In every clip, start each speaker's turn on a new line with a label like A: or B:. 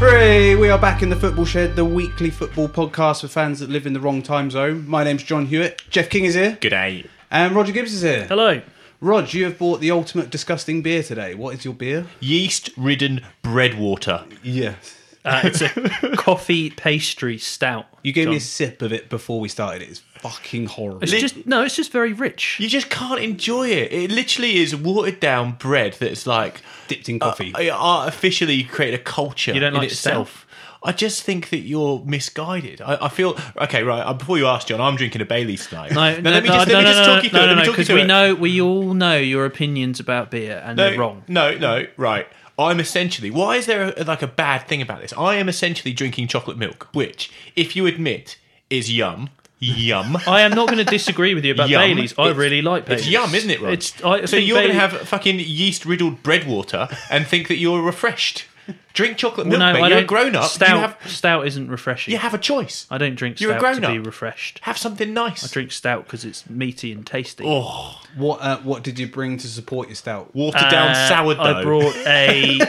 A: we are back in the football shed, the weekly football podcast for fans that live in the wrong time zone. My name's John Hewitt. Jeff King is here,
B: Good day.
A: and Roger Gibbs is here.
C: Hello.
A: Rog, you have bought the ultimate disgusting beer today. What is your beer?
B: Yeast ridden bread water.
A: Yes.
C: Uh, it's a coffee pastry stout.
A: You gave me a
C: John.
A: sip of it before we started. It's fucking horrible.
C: It's just no. It's just very rich.
B: You just can't enjoy it. It literally is watered down bread that's like
A: Dipped in coffee.
B: uh, it artificially create a culture.
C: You don't
B: in
C: like
B: itself. I just think that you're misguided. I, I feel okay, right? uh, Before you ask, John, I'm drinking a Bailey's tonight.
C: No, no,
B: let me
C: no,
B: just,
C: no,
B: let me
C: no,
B: just
C: no,
B: talk you
C: no,
B: through it.
C: no,
B: Let me
C: no,
B: talk you
C: because
B: through
C: we
B: it.
C: know we all know your opinions about beer, and they're wrong.
B: No, no, right. I'm essentially. Why is there a, like a bad thing about this? I am essentially drinking chocolate milk, which, if you admit, is yum. Yum.
C: I am not going to disagree with you about
B: Yum.
C: Bailey's. I
B: It's-
C: really like Bailey's.
B: It's yum, isn't it, Rod?
C: It's, I
B: so
C: think
B: you're going
C: Bailey-
B: to have fucking yeast-riddled bread water and think that you're refreshed. Drink chocolate milk,
C: Well, no,
B: mate.
C: I
B: You're a
C: don't-
B: grown-up.
C: Stout,
B: You have
C: stout isn't refreshing.
B: you have a choice.
C: I don't drink
B: You're a
C: stout to
B: grown-up.
C: be refreshed.
B: Have something nice.
C: I drink stout because it's meaty and tasty.
B: Oh,
A: What uh, What did you bring to support your stout?
B: Water down
C: Uh,
B: sourdough.
C: I brought a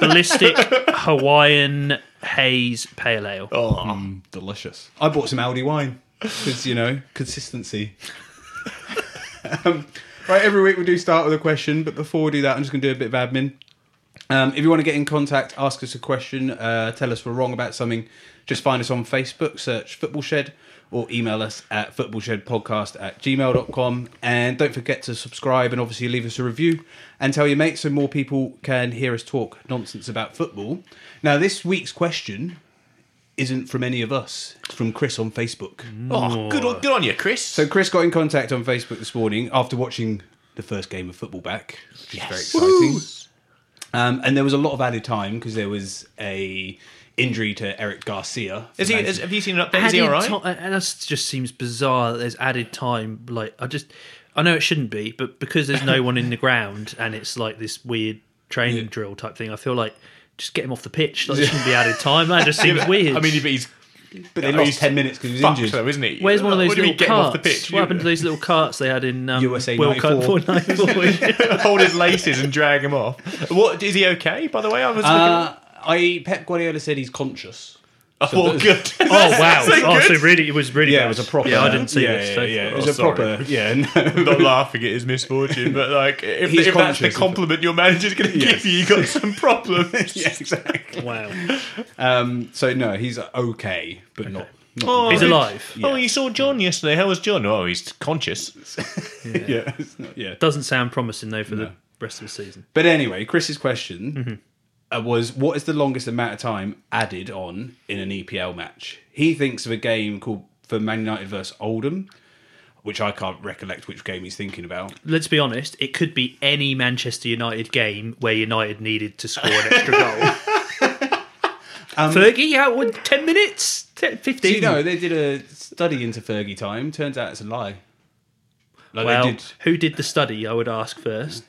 C: ballistic Hawaiian haze pale ale.
B: Oh,
A: Delicious. I bought some Aldi wine because you know consistency. um, right, every week we do start with a question, but before we do that, I'm just going to do a bit of admin. Um, if you want to get in contact, ask us a question, uh, tell us we're wrong about something, just find us on Facebook, search Football Shed, or email us at footballshedpodcast at gmail.com. And don't forget to subscribe and obviously leave us a review and tell your mates so more people can hear us talk nonsense about football. Now, this week's question isn't from any of us, it's from Chris on Facebook.
B: Oh, good, on- good on you, Chris.
A: So Chris got in contact on Facebook this morning after watching the first game of football back, which is very exciting. Um, and there was a lot of added time because there was a injury to Eric Garcia.
B: Is he, is, have you seen an update? Is
C: Added
B: he all right?
C: ti- and that just seems bizarre that there's added time. Like, I just, I know it shouldn't be, but because there's no one in the ground and it's like this weird training drill type thing, I feel like just get him off the pitch. Like, there shouldn't be added time. That just seems weird.
B: I mean, if he's
A: but they
B: at
A: lost
B: least
A: ten minutes because he was
B: fucked,
A: injured.
B: though, isn't he?
C: Where's one of those
B: what do you mean,
C: little
B: get him
C: carts?
B: off the pitch?
C: What happened to those little carts they had in um,
A: USA
C: World Cup
A: 94?
C: 494?
B: Hold his laces and drag him off. What is he okay? By the way, I was looking.
A: Uh, I Pep Guardiola said he's conscious.
B: oh, good.
C: oh wow!
B: So
C: oh, so
B: good.
C: really, it was really
A: Yeah,
C: bad.
A: it was a proper.
C: Yeah, I didn't see
A: yeah,
C: this.
A: Yeah,
C: so
A: yeah, it
C: far.
A: was
B: Oh,
A: a proper. Yeah, no.
B: not laughing at his misfortune, but like if,
A: He's
B: if that's the
A: conscious of it.
B: compliment your manager's going to give you, you got some problems.
A: yeah, exactly.
C: Wow,
A: Um, so no, he's okay, but not. not
B: Oh,
C: he's
B: he-
C: alive.
B: Oh, you saw John yesterday. How was John? Oh, he's conscious.
A: yeah, yeah, it's not- yeah.
C: Doesn't sound promising though for the rest of the season.
A: But anyway, Chris's question uh was what is the longest amount of time added on in an EPL match? He thinks of a game called for Man United versus Oldham, which I can't recollect which game he's thinking about.
C: let's be honest, it could be any Manchester United game where United needed to score an extra goal. Fergie out with 10 minutes? 10, 15?
A: Um, Do you know they did a study into Fergie time? Turns out it's a lie. Like
C: well,
A: they did
C: who did the study, I would ask first?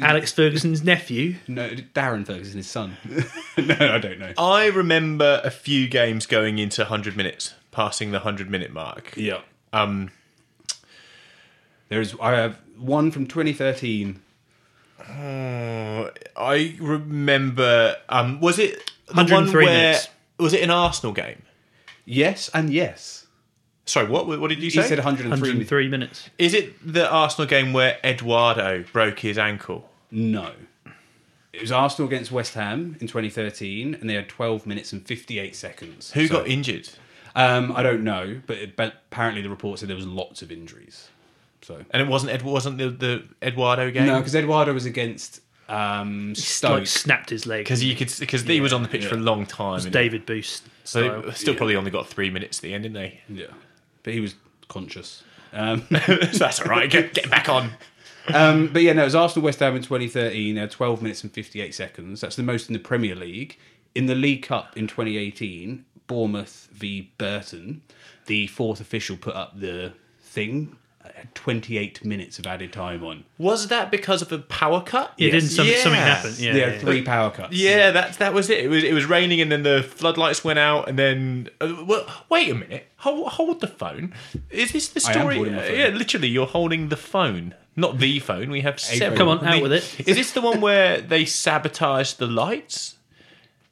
C: Alex Ferguson's nephew?
A: no Darren Ferguson, his son. no, I don't know.
B: I remember a few games going into 100 minutes, passing the 100 minute mark.
A: Yeah.
B: Um,
A: There is I have one from twenty thirteen.
B: Uh, I remember. Um, was it the one
C: 103
B: where
C: minutes.
B: was it an Arsenal game?
A: Yes and yes.
B: Sorry, what? What did you
A: He
B: say?
A: said 103.
C: 103 minutes.
B: Is it the Arsenal game where Eduardo broke his ankle?
A: No. It was Arsenal against West Ham in 2013, and they had 12 minutes and 58 seconds.
B: Who
A: So,
B: got injured?
A: Um, I don't know, but, it, but apparently the report said there was lots of injuries. So
B: And it wasn't Ed, wasn't the, the Eduardo game?
A: no, because Eduardo was against um, Stoke.
C: Like, snapped his leg.
B: because you could because he was on the pitch for a long time. and-
C: David Boost
B: so
C: style.
B: they still probably only got three minutes at the end, didn't they?
A: yeah, but he was conscious. Um,
B: So that's all right. Get, get back on.
A: um, but yeah, no, it was Arsenal West Ham in 2013. They had 12 minutes and 58 seconds. That's the most in the Premier League. In the League Cup in 2018, Bournemouth v Burton, the fourth official put up the thing. It had 28 minutes of added time on.
B: Was that because of a power cut?
C: yeah, didn't some,
B: Yes.
C: something happen? Yeah.
A: they
C: yeah,
A: had
C: yeah.
A: three power cuts.
B: Yeah, that's that was it. It was it was raining, and then the floodlights went out, and then uh, well, wait a minute, hold, hold the phone. Is this the
A: I am
B: story?
A: holding my
B: Uh,
A: phone.
B: yeah, literally, you're holding the phone, not the phone. We have several.
C: Come on, out
B: The-
C: with it.
B: Is this the one where they sabotage the lights?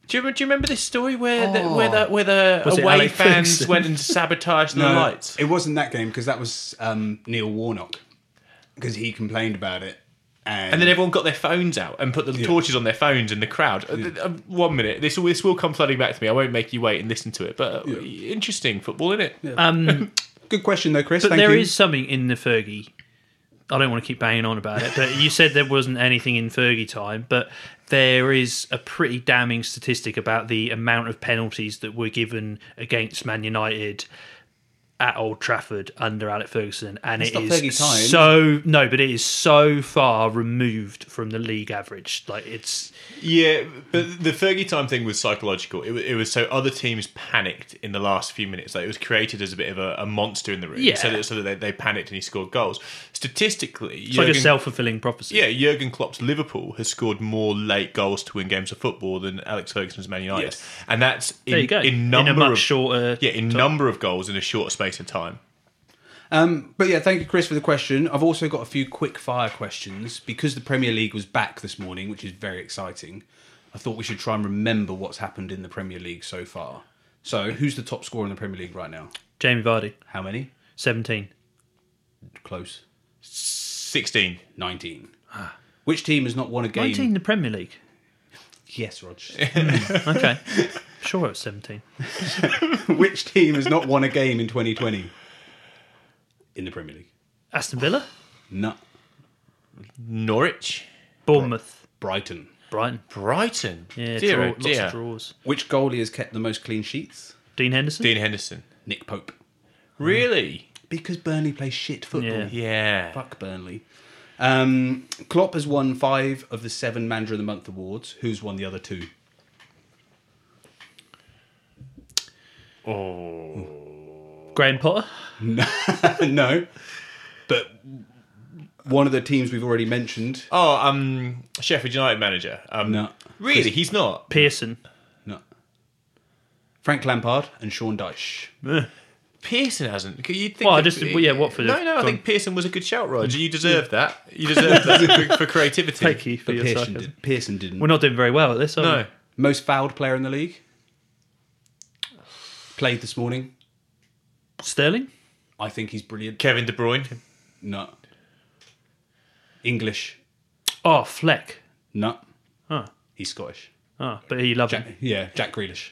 B: Do you, remember, do you remember this story where the, where
A: Oh.
B: the, where the
C: Was it
B: away
C: Alec
B: fans
C: Ferguson?
B: went and sabotaged the lights?
A: Uh, It wasn't that game because that was um, Neil Warnock because he complained about it, and,
B: And then everyone got their phones out and put the torches on their phones in the crowd. Uh, th- uh, One minute, this will, this will come flooding back to me. I won't make you wait and listen to it, but uh, interesting football, is it?
A: good question though, Chris.
C: But
A: Thank
C: there is
A: you.
C: something in the Fergie. I don't want to keep banging on about it, but you said there wasn't anything in Fergie time, but there is a pretty damning statistic about the amount of penalties that were given against Man United at Old Trafford under Alec Ferguson, and
A: It's
C: it's
A: not Fergie time.
C: so no, but it is so far removed from the league average. Like it's
B: Yeah, but the Fergie time thing was psychological. It was, it was so other teams panicked in the last few minutes. Like it was created as a bit of a, a monster in the room.
C: Yeah.
B: So that, so that they, they panicked and he scored goals. Statistically,
C: it's like a self fulfilling prophecy.
B: yeah, Jurgen Klopp's Liverpool has scored more late goals to win games of football than Alex Ferguson's Man United,
A: Yes.
B: and that's in,
C: there you go.
B: in number
C: a much
B: of
C: shorter.
B: yeah in number of goals in a short space of time.
A: Um, but yeah, thank you, Chris, for the question. I've also got a few quick fire questions because the Premier League was back this morning, which is very exciting. I thought we should try and remember what's happened in the Premier League so far. So, who's the top scorer in the Premier League right now?
C: Jamie Vardy,
A: How many?
C: seventeen.
A: Close.
B: Sixteen.
A: 19. Which team has not won a game?
C: Nineteen in the Premier League.
A: Yes, Roger.
C: Okay. Sure, it was 17.
A: Which team has not won a game in 2020? In the Premier League.
C: Aston Villa,
A: No.
B: Norwich,
C: Bournemouth,
A: Brighton.
C: Brighton.
B: Brighton.
C: Yeah,
B: Dear,
C: draw,
B: oh
C: lots
B: dear.
C: of draws.
A: Which goalie has kept the most clean sheets?
C: Dean Henderson.
B: Dean Henderson.
A: Nick Pope.
B: Really?
A: Because Burnley play shit football.
C: Yeah.
B: Yeah.
A: Fuck Burnley. Um, Klopp has won five of the seven Manager of the Month awards. Who's won the other two?
C: Graham Potter.
A: no. But one of the teams we've already mentioned.
B: Oh, um, Sheffield United manager. Um,
A: No.
B: Really, he's not.
C: Pearson.
A: No. Frank Lampard and Sean Dyche.
B: Pearson hasn't. You'd think
C: Well, I
B: that-
C: just- well, yeah, Watford
B: No,
C: have
B: no, I
C: gone-
B: think Pearson was a good shout, Roger. You deserve that. You deserve that for, for creativity.
C: Thank you for
A: But
C: your
A: Pearson,
C: sarcasm.
A: did, Pearson didn't.
C: We're not doing very well at this, are
B: No,
A: Most fouled player in the league? Played this morning.
C: we? Sterling?
A: I think he's brilliant.
B: Kevin De Bruyne.
A: No. English?
C: Oh, Fleck.
A: No.
C: Huh.
A: He's Scottish.
C: Oh, but he loved
A: Jack,
C: him.
A: yeah, Jack Grealish.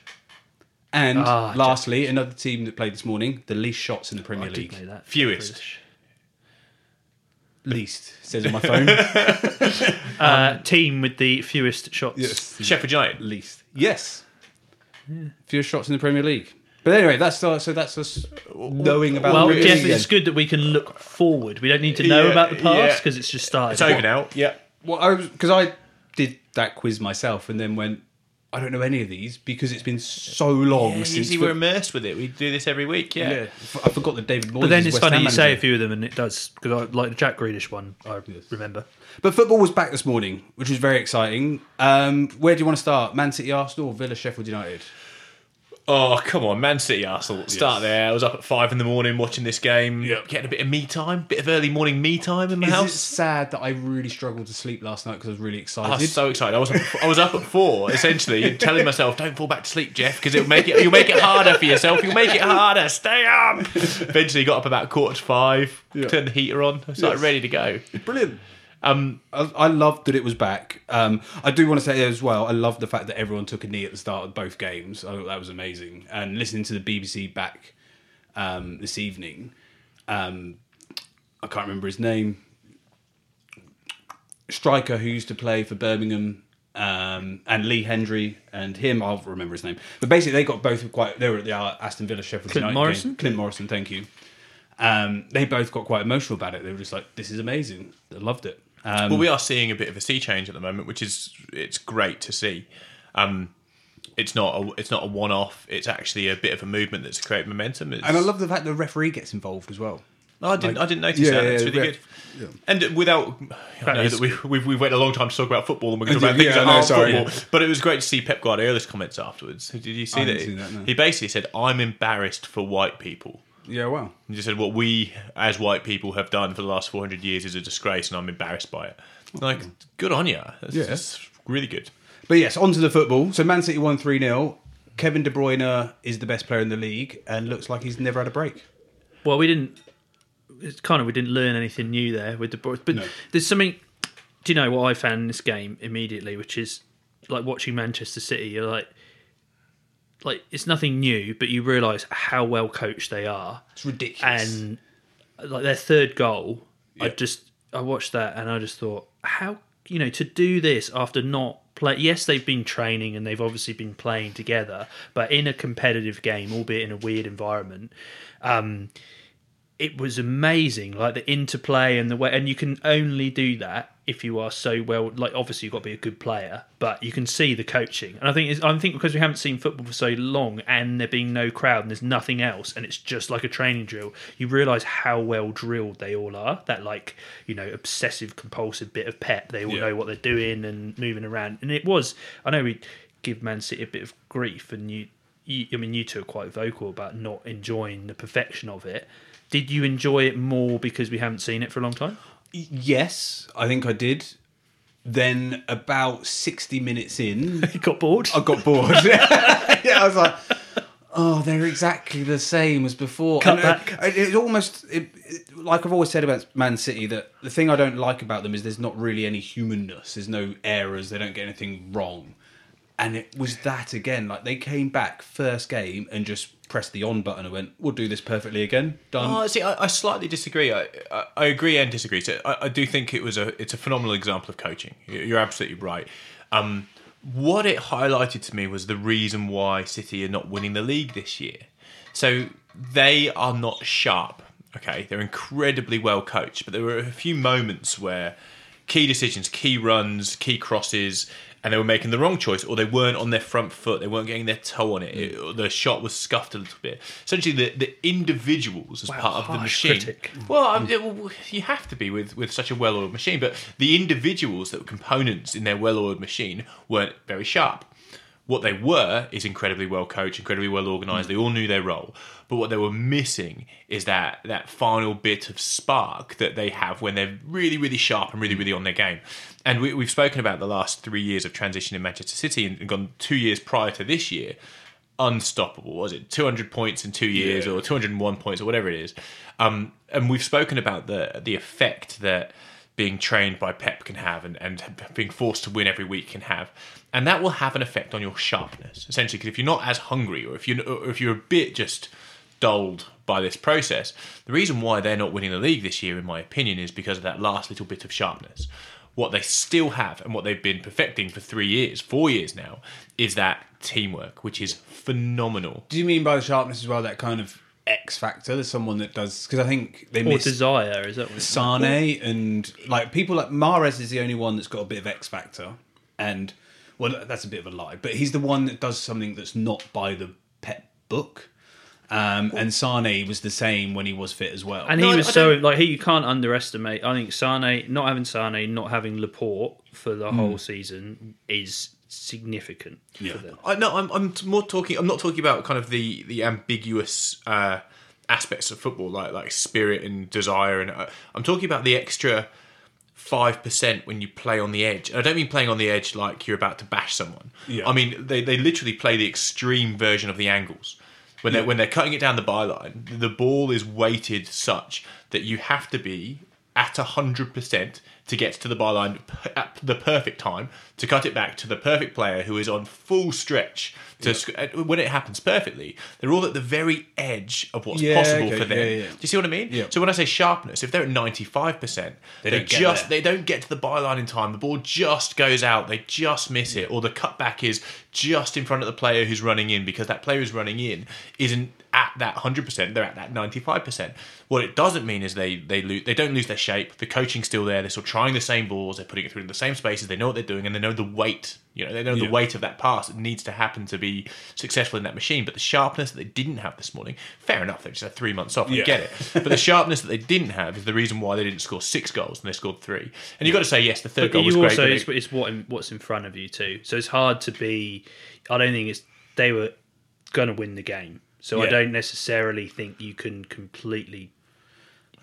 A: And
C: Ah, Jack Oh,
A: lastly, another team that played this morning, the least shots in the Premier
C: I did
A: League.
C: play that.
B: Fewest.
A: Least says on my phone.
C: Uh, team with the fewest shots.
B: Sheffield United.
A: least. Yes. Fewer shots in the Premier League. But anyway, that's uh, so that's us knowing about.
C: Well,
A: the Premier
C: Jeff,
A: League
C: it's
A: then.
C: good that we can look forward. We don't need to know
B: Yeah,
C: about the past
B: yeah.
C: because it's just started.
B: It's over now. Yeah.
A: Well, I was because I did that quiz myself and then went. I don't know any of these because it's been so long
B: yeah
A: since.
B: usually
A: the-
B: we're immersed with it. We do this every week. Yeah.
A: yeah, I forgot that David. Moyes
C: But then
A: is
C: it's
A: West
C: funny
A: Ham
C: you say a
A: manager.
C: few of them and it does because I like the Jack Grealish one. I remember.
A: But football was back this morning, which was very exciting. Um, where do you want to start? Man City, Arsenal, or Villa, Sheffield United.
B: Oh come on, Man City, Arsenal. Start there. I was up at five in the morning watching this game.
A: Yep.
B: Getting a bit of me time, bit of early morning me time in my
A: Is it
B: house.
A: sad that I really struggled to sleep last night because I was really
B: I
A: excited?
B: was so excited. I was up, I was up at four, essentially, telling myself, "Don't fall back to sleep, Jeff, because it'll make it. You'll make it harder for yourself. You'll make it harder. Stay up." Eventually, got up about quarter to five,
A: Yeah.
B: turned the heater on, started
A: Yes.
B: ready to go.
A: Brilliant.
B: Um,
A: I, I loved that it was back. Um, I do want to say as well, I loved the fact that everyone took a knee at the start of both games. I thought that was amazing. And listening to the BBC back um, this evening, um, I can't remember his name. Striker who used to play for Birmingham um, and Lee Hendry and him, I'll remember his name. But basically, they got both quite. They were at the uh, Aston Villa Sheffield
C: Clint
A: United
C: Morrison?
A: game. Clint Morrison, thank you. Um, they both got quite emotional about it. They were just like, "This is amazing. I loved it." Um,
B: well, we are seeing a bit of a sea change at the moment, which is it's great to see. Um, it's not a, it's not a one off. It's actually a bit of a movement that's created momentum. It's-
A: And I love the fact the referee gets involved as well.
B: I didn't. I didn't notice
A: Yeah,
B: that.
A: yeah,
B: It's really
A: ref-
B: good. And without, I know
C: is
B: that we, we've we've waited a long time to talk about football, and we're going to talk
A: Yeah,
B: about things
A: yeah,
B: that
A: no,
B: aren't
A: sorry.
B: football. But it was great to see Pep Guardiola's comments afterwards. Did you see
A: haven't
B: that?
A: seen that, no.
B: He basically said, "I'm embarrassed for white people."
A: Yeah, wow.
B: He just said, "What we as white people have done for the last 400 years is a disgrace, and I'm embarrassed by it." Like, good on you. That's
A: Oh, Yeah.
B: that's really good.
A: But But yes, on to the football. So Man City won 3 0. Kevin De Bruyne is the best player in the league and looks like he's never had a break.
C: Well, we didn't. It's kind of we didn't learn anything new there with the boys, but
A: No.
C: there's something. Do you know what I found in this game immediately, which is like watching Manchester City. You're like, like it's nothing new, but you realise how well coached they are,
A: It's ridiculous.
C: and like their third goal. I
A: Yeah.
C: just I watched that and I just thought, how you know to do this after not play. Yes, they've been training and they've obviously been playing together, but in a competitive game, albeit in a weird environment, it was amazing like the interplay and the way and you can only do that if you are so well like obviously you've got to be a good player but you can see the coaching and i think it's, i think because we haven't seen football for so long and there being no crowd and there's nothing else and it's just like a training drill you realize how well drilled they all are that like you know obsessive compulsive bit of pep they all
A: Yeah.
C: know what they're doing and moving around and it was i know we give man city a bit of grief and you you, I mean, you two are quite vocal about not enjoying the perfection of it. Did you enjoy it more because we haven't seen it for a long time?
A: yes, I think I did. Then about 60 minutes in,
C: You got bored.
A: I got bored. yeah, I was like, oh, they're exactly the same as before.
C: Cut
A: And, uh,
C: back.
A: it- it's almost it, it- like I've always said about Man City that the thing I don't like about them is there's not really any humanness. There's no errors. They don't get anything wrong. And it was that again. Like they came back first game and just pressed the on button and went, "We'll do this perfectly again." Done.
B: Oh, see, I, I slightly disagree. I, I, I agree and disagree. So I, I do think it was a it's a phenomenal example of coaching. You- You're absolutely right. Um, what it highlighted to me was the reason why City are not winning the league this year. So they are not sharp. Okay, they're incredibly well coached, but there were a few moments where key decisions, key runs, key crosses, and they were making the wrong choice, or they weren't on their front foot, they weren't getting their toe on it, it- or the shot was scuffed a little bit. Essentially, the, the individuals as part of the
C: harsh
B: machine.
C: critic.
B: Well, um, I mean, well, you have to be with, with such a well oiled machine, but the individuals that were components in their well oiled machine weren't very sharp. What they were is incredibly well coached, incredibly well organised. They all knew their role, but what they were missing is that that final bit of spark that they have when they're really, really sharp and really, really on their game. And we, we've spoken about the last three years of transition in Manchester City, and gone two years prior to this year unstoppable. Was it 200 points in two years or 201 points or whatever it is? Um, and we've spoken about the the effect that being trained by Pep can have and, and being forced to win every week can have. And that will have an effect on your sharpness, essentially, because if you're not as hungry or if, you, or if you're a bit just dulled by this process. The reason why they're not winning the league this year, in my opinion, is because of that last little bit of sharpness. What they still have and what they've been perfecting for three years, four years now, is that teamwork, which is phenomenal.
A: do you mean by the sharpness as well? That kind of X factor. There's someone that does because I think they
C: or
A: missed
C: desire is that what it's
A: Sane and like people like Mares is the only one that's got a bit of X factor, and well, that's a bit of a lie, but he's the one that does something that's not by the pet book. Um, and Sane was the same when he was fit as well.
C: And
B: No,
C: he
B: I-
C: was
B: I
C: so like he you can't underestimate. I think Sane not having Sane, not having Laporte for the whole season is significant
A: Mm. Yeah.
C: for them.
B: I, no, I'm, I'm more talking. I'm not talking about kind of the the ambiguous uh, aspects of football, like like spirit and desire, and uh, I'm talking about the extra five percent when you play on the edge. And I don't mean playing on the edge like you're about to bash someone.
A: Yeah.
B: I mean they, they literally play the extreme version of the angles. When they're when they're cutting it down the byline, the ball is weighted such that you have to be at hundred percent to get to the byline p- at the perfect time to cut it back to the perfect player who is on full stretch. To sc- uh, when it happens perfectly, they're all at the very edge of what's
A: Yeah,
B: possible
A: okay,
B: for them.
A: yeah, yeah.
B: Do you see what I mean?
A: Yeah.
B: So when I say sharpness, if they're at ninety five percent, they,
A: don't get
B: just
A: there.
B: they don't get to the byline in time. The ball just goes out. They just miss it, or the cutback is just in front of the player who's running in because that player who's running in isn't at that hundred percent. They're at that ninety five percent. What it doesn't mean is they they lose. They don't lose their shape. The coaching's still there. They're still trying the same balls. They're putting it through the same spaces. They know what they're doing, and they know the weight. You know, they know
A: Yeah.
B: the weight of that pass that needs to happen to be successful in that machine. But the sharpness that they didn't have this morning, fair enough. They just had three months off. I
A: Yeah.
B: get it but the sharpness that they didn't have is the reason why they didn't score six goals and they scored three. And you've got to say, yes, the third
C: But
B: goal was
C: you
B: great.
C: also
B: but
C: it's,
B: it-
C: it's what in, what's in front of you too. So it's hard to be. I don't think it's they were going to win the game. So I
A: Yeah.
C: don't necessarily think you can completely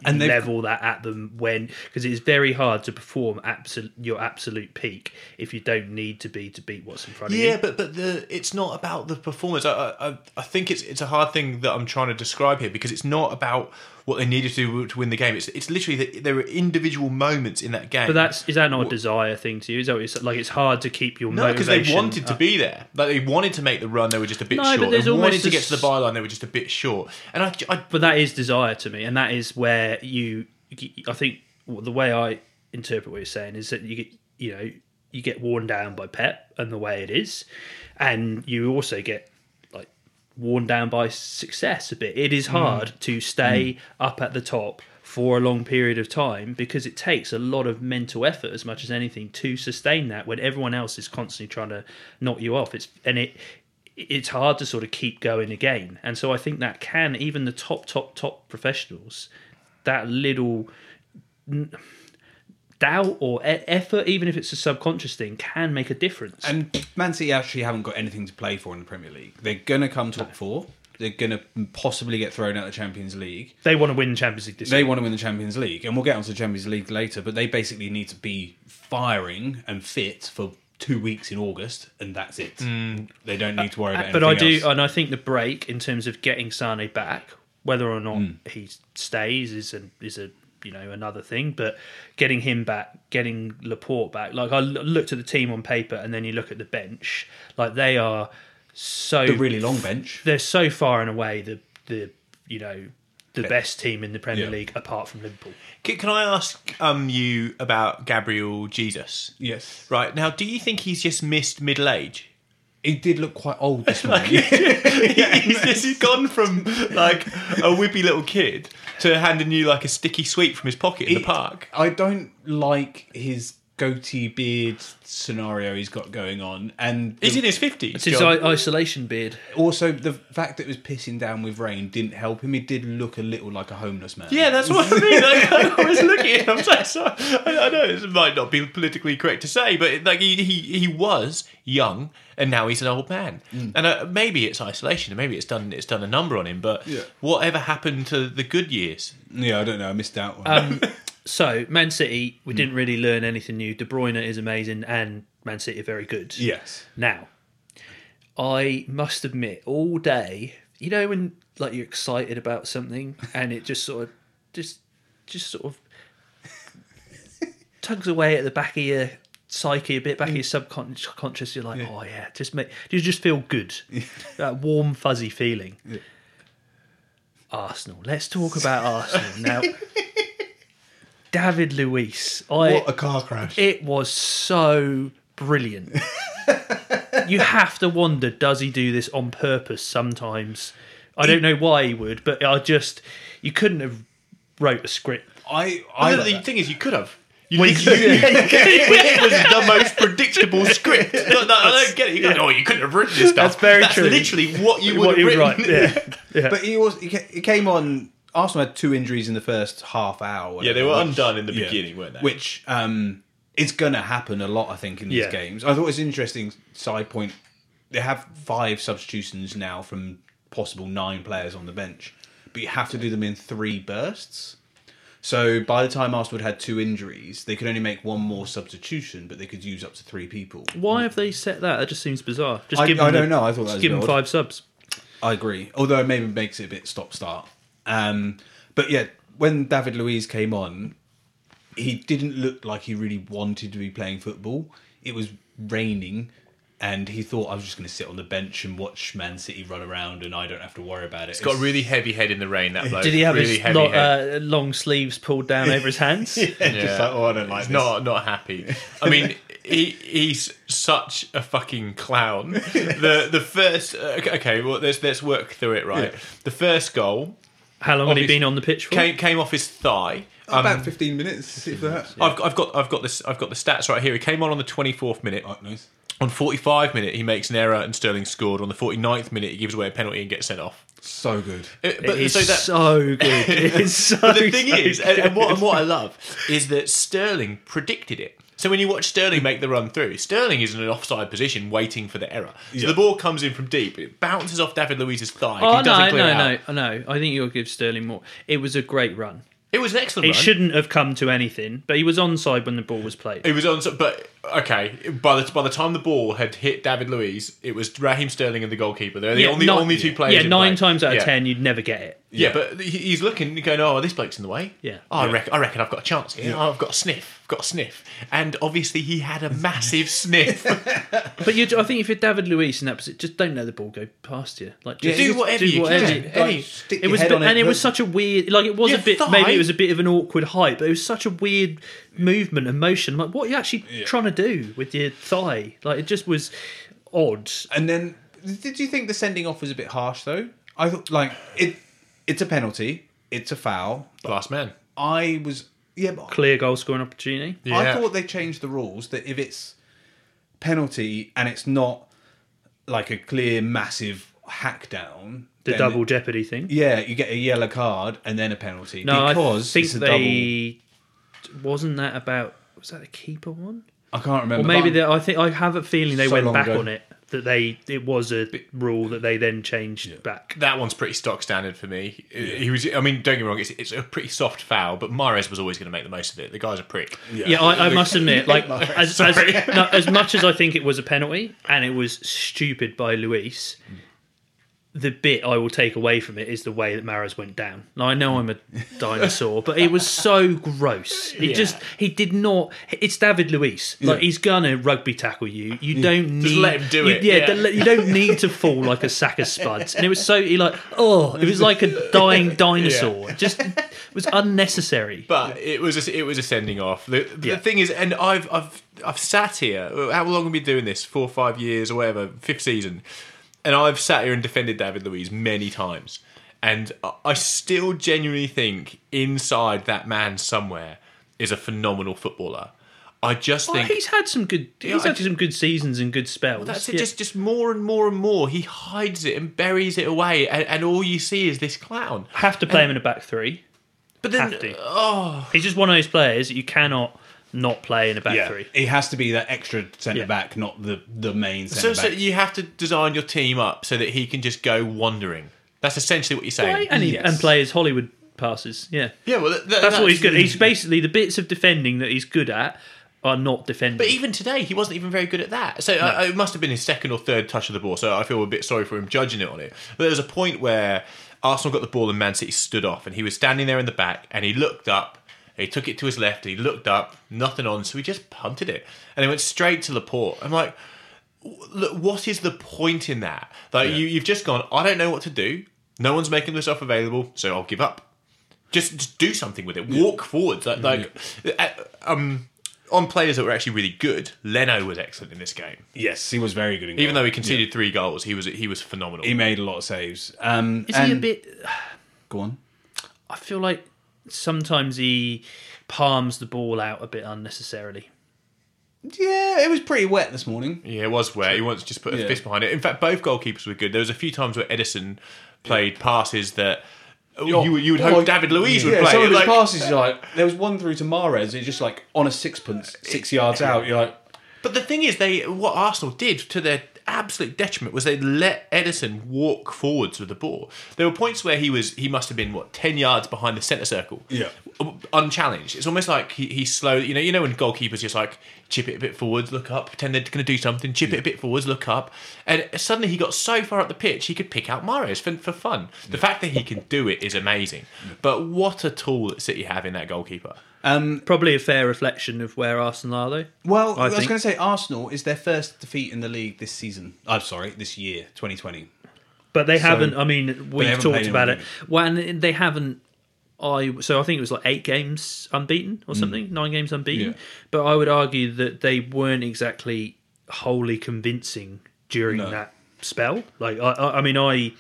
A: And
C: and
A: they've-
C: level that at them when because it is very hard to perform absolute your absolute peak if you don't need to be to beat what's in front of
B: Yeah,
C: you.
B: but but the it's not about the performance. I, I I- I think it's it's a hard thing that I'm trying to describe here because it's not about what they needed to do to win the game. It's it's literally that there were individual moments in that game.
C: But that's is that not a desire thing to you? Is that what it's like? It's hard to keep your
B: no, because
C: motivation. uh,
B: they wanted to be there. Like they wanted to make the run. They were just a bit
C: No, but
B: short.
C: there's
B: They wanted
C: almost
B: to
C: a
B: get to the
C: s-
B: byline. They were just a bit short. And I, I
C: but that is desire to me, and that is where you. I think the way I interpret what you're saying is that you get, you know, you get worn down by Pep and the way it is, and you also get like worn down by success a bit. It is hard to stay up at the top for a long period of time because it takes a lot of mental effort as much as anything to sustain that when everyone else is constantly trying to knock you off. It's and it it's hard to sort of keep going again. And so I think that can even the top top top professionals that little n- doubt or e- effort even if it's a subconscious thing can make a difference.
A: And Man City actually haven't got anything to play for in the Premier League. They're going to come top four. They're going to possibly get thrown out of the Champions League.
C: they want to win the Champions League this
A: They
C: year.
A: want to win the Champions League, and we'll get onto the Champions League later. But they basically need to be firing and fit for two weeks in August, and that's it. They don't need to worry about.
C: Mm. But I
A: anything
C: do
A: else.
C: and I think the break in terms of getting Sane back whether or not
A: Hmm.
C: he stays is an, is a you know another thing but getting him back getting Laporte back like I l- looked at the team on paper and then you look at the bench like they are so
A: the really long bench.
C: they're so far and away the the you know the best team in the Premier
A: Yeah.
C: League apart from Liverpool.
B: can, can I ask um you about Gabriel Jesus?
A: Yes,
B: Right now, do you think he's just missed middle age?
A: he did look quite old this morning.
B: he's, he's gone from like a whippy little kid to handing you like a sticky sweet from his pocket in the park.
A: I don't like his goatee beard scenario he's got going on, and
B: He's
A: the-
B: in his fifties.
C: It's his I- isolation beard.
A: also the fact that it was pissing down with rain didn't help him. He did look a little like a homeless man.
B: Yeah, that's what I mean. Like, I was looking. I'm so sorry. I, I know this might not be politically correct to say, but like he he, he was young, and now he's an old man.
A: Mm.
B: And uh, maybe it's isolation. and Maybe it's done it's done a number on him. But
A: Yeah.
B: whatever happened to the good years?
A: yeah. I don't know. I missed out. On
C: Um, So Man City,
A: Hmm.
C: we didn't really learn anything new. De Bruyne is amazing, and Man City are very good.
A: yes.
C: Now, I must admit, all day, you know, when like you're excited about something and it just sort of just just sort of tugs away at the back of your psyche a bit, back of your subconscious. You're like, oh yeah, just make you just feel good, that warm fuzzy feeling. Arsenal. Let's talk about Arsenal now. David Luiz. I
A: What a car crash.
C: it was so brilliant. you have to wonder does he do this on purpose sometimes? I don't know why he would, but I just you couldn't have wrote a script.
A: I I
B: I the
A: like that.
B: thing is, you could have. You
C: Well,
B: literally- it was the most predictable script. No, no, I don't get it. You go, oh, you couldn't have written this stuff.
C: That's very true.
B: literally what you would
C: What
B: have
C: you would
B: written.
C: write, yeah. yeah.
A: But he was he ca- he came on. Arsenal had two injuries in the first half hour.
B: Yeah, they were
A: which-
B: undone in the
A: yeah,
B: beginning, weren't they?
A: Which um, is going to happen a lot, I think, in these
C: Yeah.
A: games. I thought it was an interesting side point. They have five substitutions now from possible nine players on the bench, but you have to do them in three bursts. So by the time Arsenal had had two injuries, they could only make one more substitution, but they could use up to three people.
C: Why have they set that? That just seems bizarre. Just
A: I-
C: give
A: I
C: them the-
A: don't know. I thought that
C: just
A: was
C: give
A: a bit
C: them
A: odd.
C: five subs.
A: I agree. Although it maybe makes it a bit stop start. Um, but yeah, when David Luiz came on, he didn't look like he really wanted to be playing football. It was raining, and he thought I was just going to sit on the bench and watch Man City run around, and I don't have to worry about it.
B: He's got a really heavy head in the rain. That bloke.
C: Did he have
B: really
C: his lo- uh, long sleeves pulled down over his hands?
B: Yeah.
A: "Oh,
B: He's Not not happy. I mean, he he's such a fucking clown. The the first uh, okay, well let's let's work through it right.
A: Yeah.
B: The first goal
C: How long had he
B: Obviously-
C: been on the pitch for?
B: came came off his thigh.
A: about fifteen minutes. If that.
B: I've got, I've got I've got this I've got the stats right here. He came on on the 24th minute.
A: Oh, nice.
B: On 45 minute he makes an error and Sterling scored. On the 49th minute he gives away a penalty and gets sent off. Uh,
A: So good.
B: It-
C: It is so, good. It is so.
B: But the thing
C: so
B: is, and,
C: good.
B: and what, and what I love is that Sterling predicted it. So when you watch Sterling make the run through, Sterling is in an offside position waiting for the error. So the ball comes in from deep, it bounces off David Luiz's thigh.
C: Oh
B: he doesn't
C: no,
B: clear it
C: no,
B: out.
C: no, no! I think you'll give Sterling more. It was a great run.
B: It was an excellent
C: It
B: run.
C: shouldn't have come to anything, but he was onside when the ball was played.
B: It was on, but okay. By the by the time the ball had hit David Luiz, it was Raheem Sterling and the goalkeeper. They're the only
C: ni-
B: only two players.
C: Yeah,
B: in
C: nine
B: play.
C: times out of
B: Yeah.
C: ten, you'd never get it.
B: Yeah, but he- he's looking and going, "Oh, this bloke's in the way."
C: Yeah.
B: Oh, I reckon. I reckon I've got a chance. here. Oh, I've got a sniff. I've got a sniff. And obviously, he had a massive sniff.
C: But you, I think if you're David Luiz in that position, just don't let the ball go past you. Like, just,
B: do
C: just
B: whatever you can.
C: you-
B: Yeah. Any-
A: stick
C: It
A: your
C: was,
A: head
C: a bit-
A: on
C: and it was
A: look-
C: such a weird, like it was
B: Your
C: a bit.
B: thigh.
C: Maybe it was a bit of an awkward height, but it was such a weird movement and motion. Like, what are you actually trying to do with your thigh? Like, it just was odd.
A: And then, did you think the sending off was a bit harsh though? I thought like it. It's a penalty. It's a foul.
B: Last man.
A: I was yeah, but
C: Clear goal scoring opportunity.
A: I
B: Yeah.
A: thought they changed the rules that if it's penalty and it's not like a clear massive hack down,
C: The
A: then-
C: double jeopardy thing.
A: Yeah, you get a yellow card and then a penalty
C: No,
A: because
C: I think
A: it's a
C: they wasn't that about. Was that the keeper one?
A: double. I can't remember.
C: Or maybe
A: but
C: they, I think I have a feeling they
A: So
C: went
A: long
C: back
A: ago.
C: on it. That they it was a rule that they then changed back.
B: That one's pretty stock standard for me. He was. I mean, don't get me wrong. It's, it's a pretty soft foul, but Mares was always going to make the most of it. The guy's a prick.
C: Yeah, I, I must admit, like as as, no, as much as I think it was a penalty and it was stupid by Luis, the bit I will take away from it is the way that Maras went down. Now I know I'm a dinosaur, but it was so gross. He just he did not. It's David Luis. Like he's gonna rugby tackle you. You don't need
B: let him do
C: you-
B: it.
C: Yeah,
B: Yeah.
C: don't let- you don't need to fall like a sack of spuds. And it was so he like oh, it was like a dying dinosaur. Just it was unnecessary.
B: But it was a, it was a sending off. The, the
C: Yeah.
B: thing is, and I've I've I've sat here. uh, How long have we been doing this? Four, five years, or whatever, fifth season. And I've sat here and defended David Luiz many times, and I- I still genuinely think inside that man somewhere is a phenomenal footballer. I just
C: Well,
B: think
C: he's had some good. He's
B: I
C: had some good seasons and good spells.
B: That's it.
C: Yeah.
B: Just, just more and more and more. He hides it and buries it away, and, and all you see is this clown.
C: have to play him in a back three.
B: But then,
C: Have to.
B: oh,
C: He's just one of those players that you cannot not play in a back
A: yeah,
C: three.
A: it has to be that extra centre
C: Yeah.
A: back, not the the main
B: so,
A: centre
B: so
A: back.
B: you have to design your team up so that he can just go wandering. That's essentially what you're saying.
C: Right? And he,
A: Yes.
C: and play his Hollywood passes. Yeah,
B: yeah, well, that, that-
C: that's, what he's good. He's basically the bits of defending that he's good at are not defending.
B: But even today, he wasn't even very good at that. So uh, it must have been his second or third touch of the ball. So I feel a bit sorry for him judging it on it. But there was a point where Arsenal got the ball and Man City stood off, and he was standing there in the back, and he looked up. He took it to his left. He looked up, nothing on, so he just punted it, and it went straight to Laporte. I'm like, look, what is the point in that? Like you, you've just gone. I don't know what to do. No one's making themselves available, so I'll give up. Just, just do something with it. Walk forwards. Like, like uh, um, on players that were actually really good. Leno was excellent in this game.
A: yes, he was very good. In goal.
B: Even though he conceded three goals, he was he was phenomenal.
A: he made a lot of saves. Um,
C: is
A: and,
C: he a bit?
A: Go on.
C: I feel like sometimes he palms the ball out a bit unnecessarily.
A: Yeah, it was pretty wet this morning.
B: yeah, it was where he wants to just put a
A: Yeah.
B: fist behind it. In fact, both goalkeepers were good. There was a few times where Edison played passes that. You, you would hope
A: Oh, Like-
B: David Luiz
A: yeah,
B: would play.
A: Some of his
B: Like-
A: passes, you're like there was one through to Mares. It's just like on a sixpence, six yards out. You're like,
B: But the thing is, they what Arsenal did to their absolute detriment was they let Edison walk forwards with the ball. There were points where he was he must have been what ten yards behind the centre circle,
A: Yeah.
B: unchallenged. It's almost like he, he's slow. You know, you know when goalkeepers just like chip it a bit forwards, look up, pretend they're going to do something, chip it a bit forwards, look up, and suddenly he got so far up the pitch he could pick out Mares for, for fun. The fact that he can do it is amazing. But what a tool that City have in that goalkeeper.
C: Probably a fair reflection of where Arsenal are, though.
A: well, I,
C: I
A: was
C: think-
A: going to say Arsenal is their first defeat in the league this season. I'm sorry, this year, 2020.
C: But they haven't. I mean, we've
A: haven't
C: talked
A: played
C: about it.
A: anyone,
C: When they haven't, I so I think it was like eight games unbeaten or something, nine games unbeaten.
A: Mm. Yeah.
C: But I would argue that they weren't exactly wholly convincing during
A: No.
C: that spell. Like, I, I, I mean, I,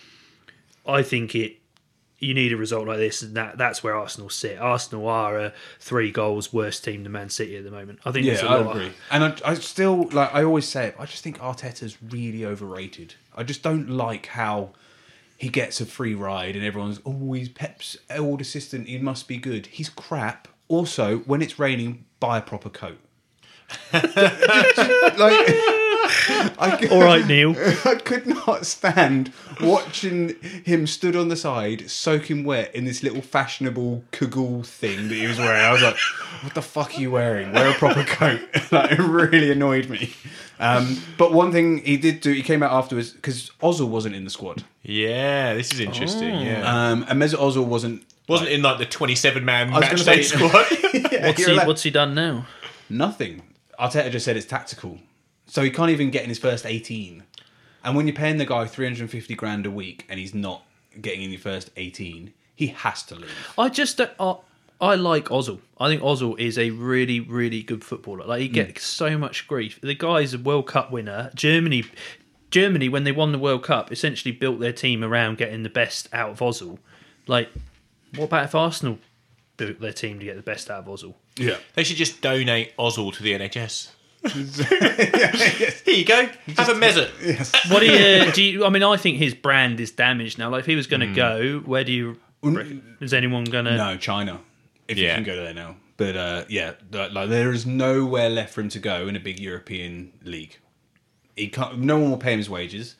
C: I think it. You need a result like this, and that, that's where Arsenal sit. Arsenal are a three goals worse team than Man City at the moment. I think.
A: Yeah,
C: that's a
A: I
C: lot.
A: agree. And I, I still like. I always say it. I just think Arteta's really overrated. I just don't like how he gets a free ride, and everyone's oh, he's Pep's old assistant. He must be good. He's crap. Also, when it's raining, buy a proper coat. like, I could,
C: All right, Neil.
A: I could not stand watching him stood on the side, soaking wet in this little fashionable cagoule thing that he was wearing. I was like, "What the fuck are you wearing? Wear a proper coat." like, it really annoyed me. Um, but one thing he did do, he came out afterwards because Ozil wasn't in the squad,
B: Yeah, this is interesting. Yeah,
A: um, and Mesut Ozil wasn't.
B: wasn't in like the twenty-seven man
A: was
B: match
A: gonna
B: day
A: say-
B: squad.
A: Yeah,
C: What's
A: you're
C: he,
A: allowed-
C: what's he done now?
A: Nothing. Arteta just said it's tactical. So he can't even get in his first 18. And when you're paying the guy 350 grand a week and he's not getting in your first 18, he has to leave.
C: I just don't. I, I like Ozil. I think Ozil is a really, really good footballer. Like he gets so much grief. The guy's a World Cup winner. Germany, Germany, when they won the World Cup, essentially built their team around getting the best out of Ozil. Like, what about if Arsenal built their team to get the best out of Ozil?
A: Yeah.
B: They should just donate Ozil to the NHS. Here you go. Have a mezzet.
C: What do you, do you? I mean, I think his brand is damaged now. Like, if he was going to go, where do you? reckon- Is anyone going to?
A: No, China. If you
B: Yeah.
A: can go there now. But uh, yeah, like like, there is nowhere left for him to go in a big European league. He can't. No one will pay him his wages,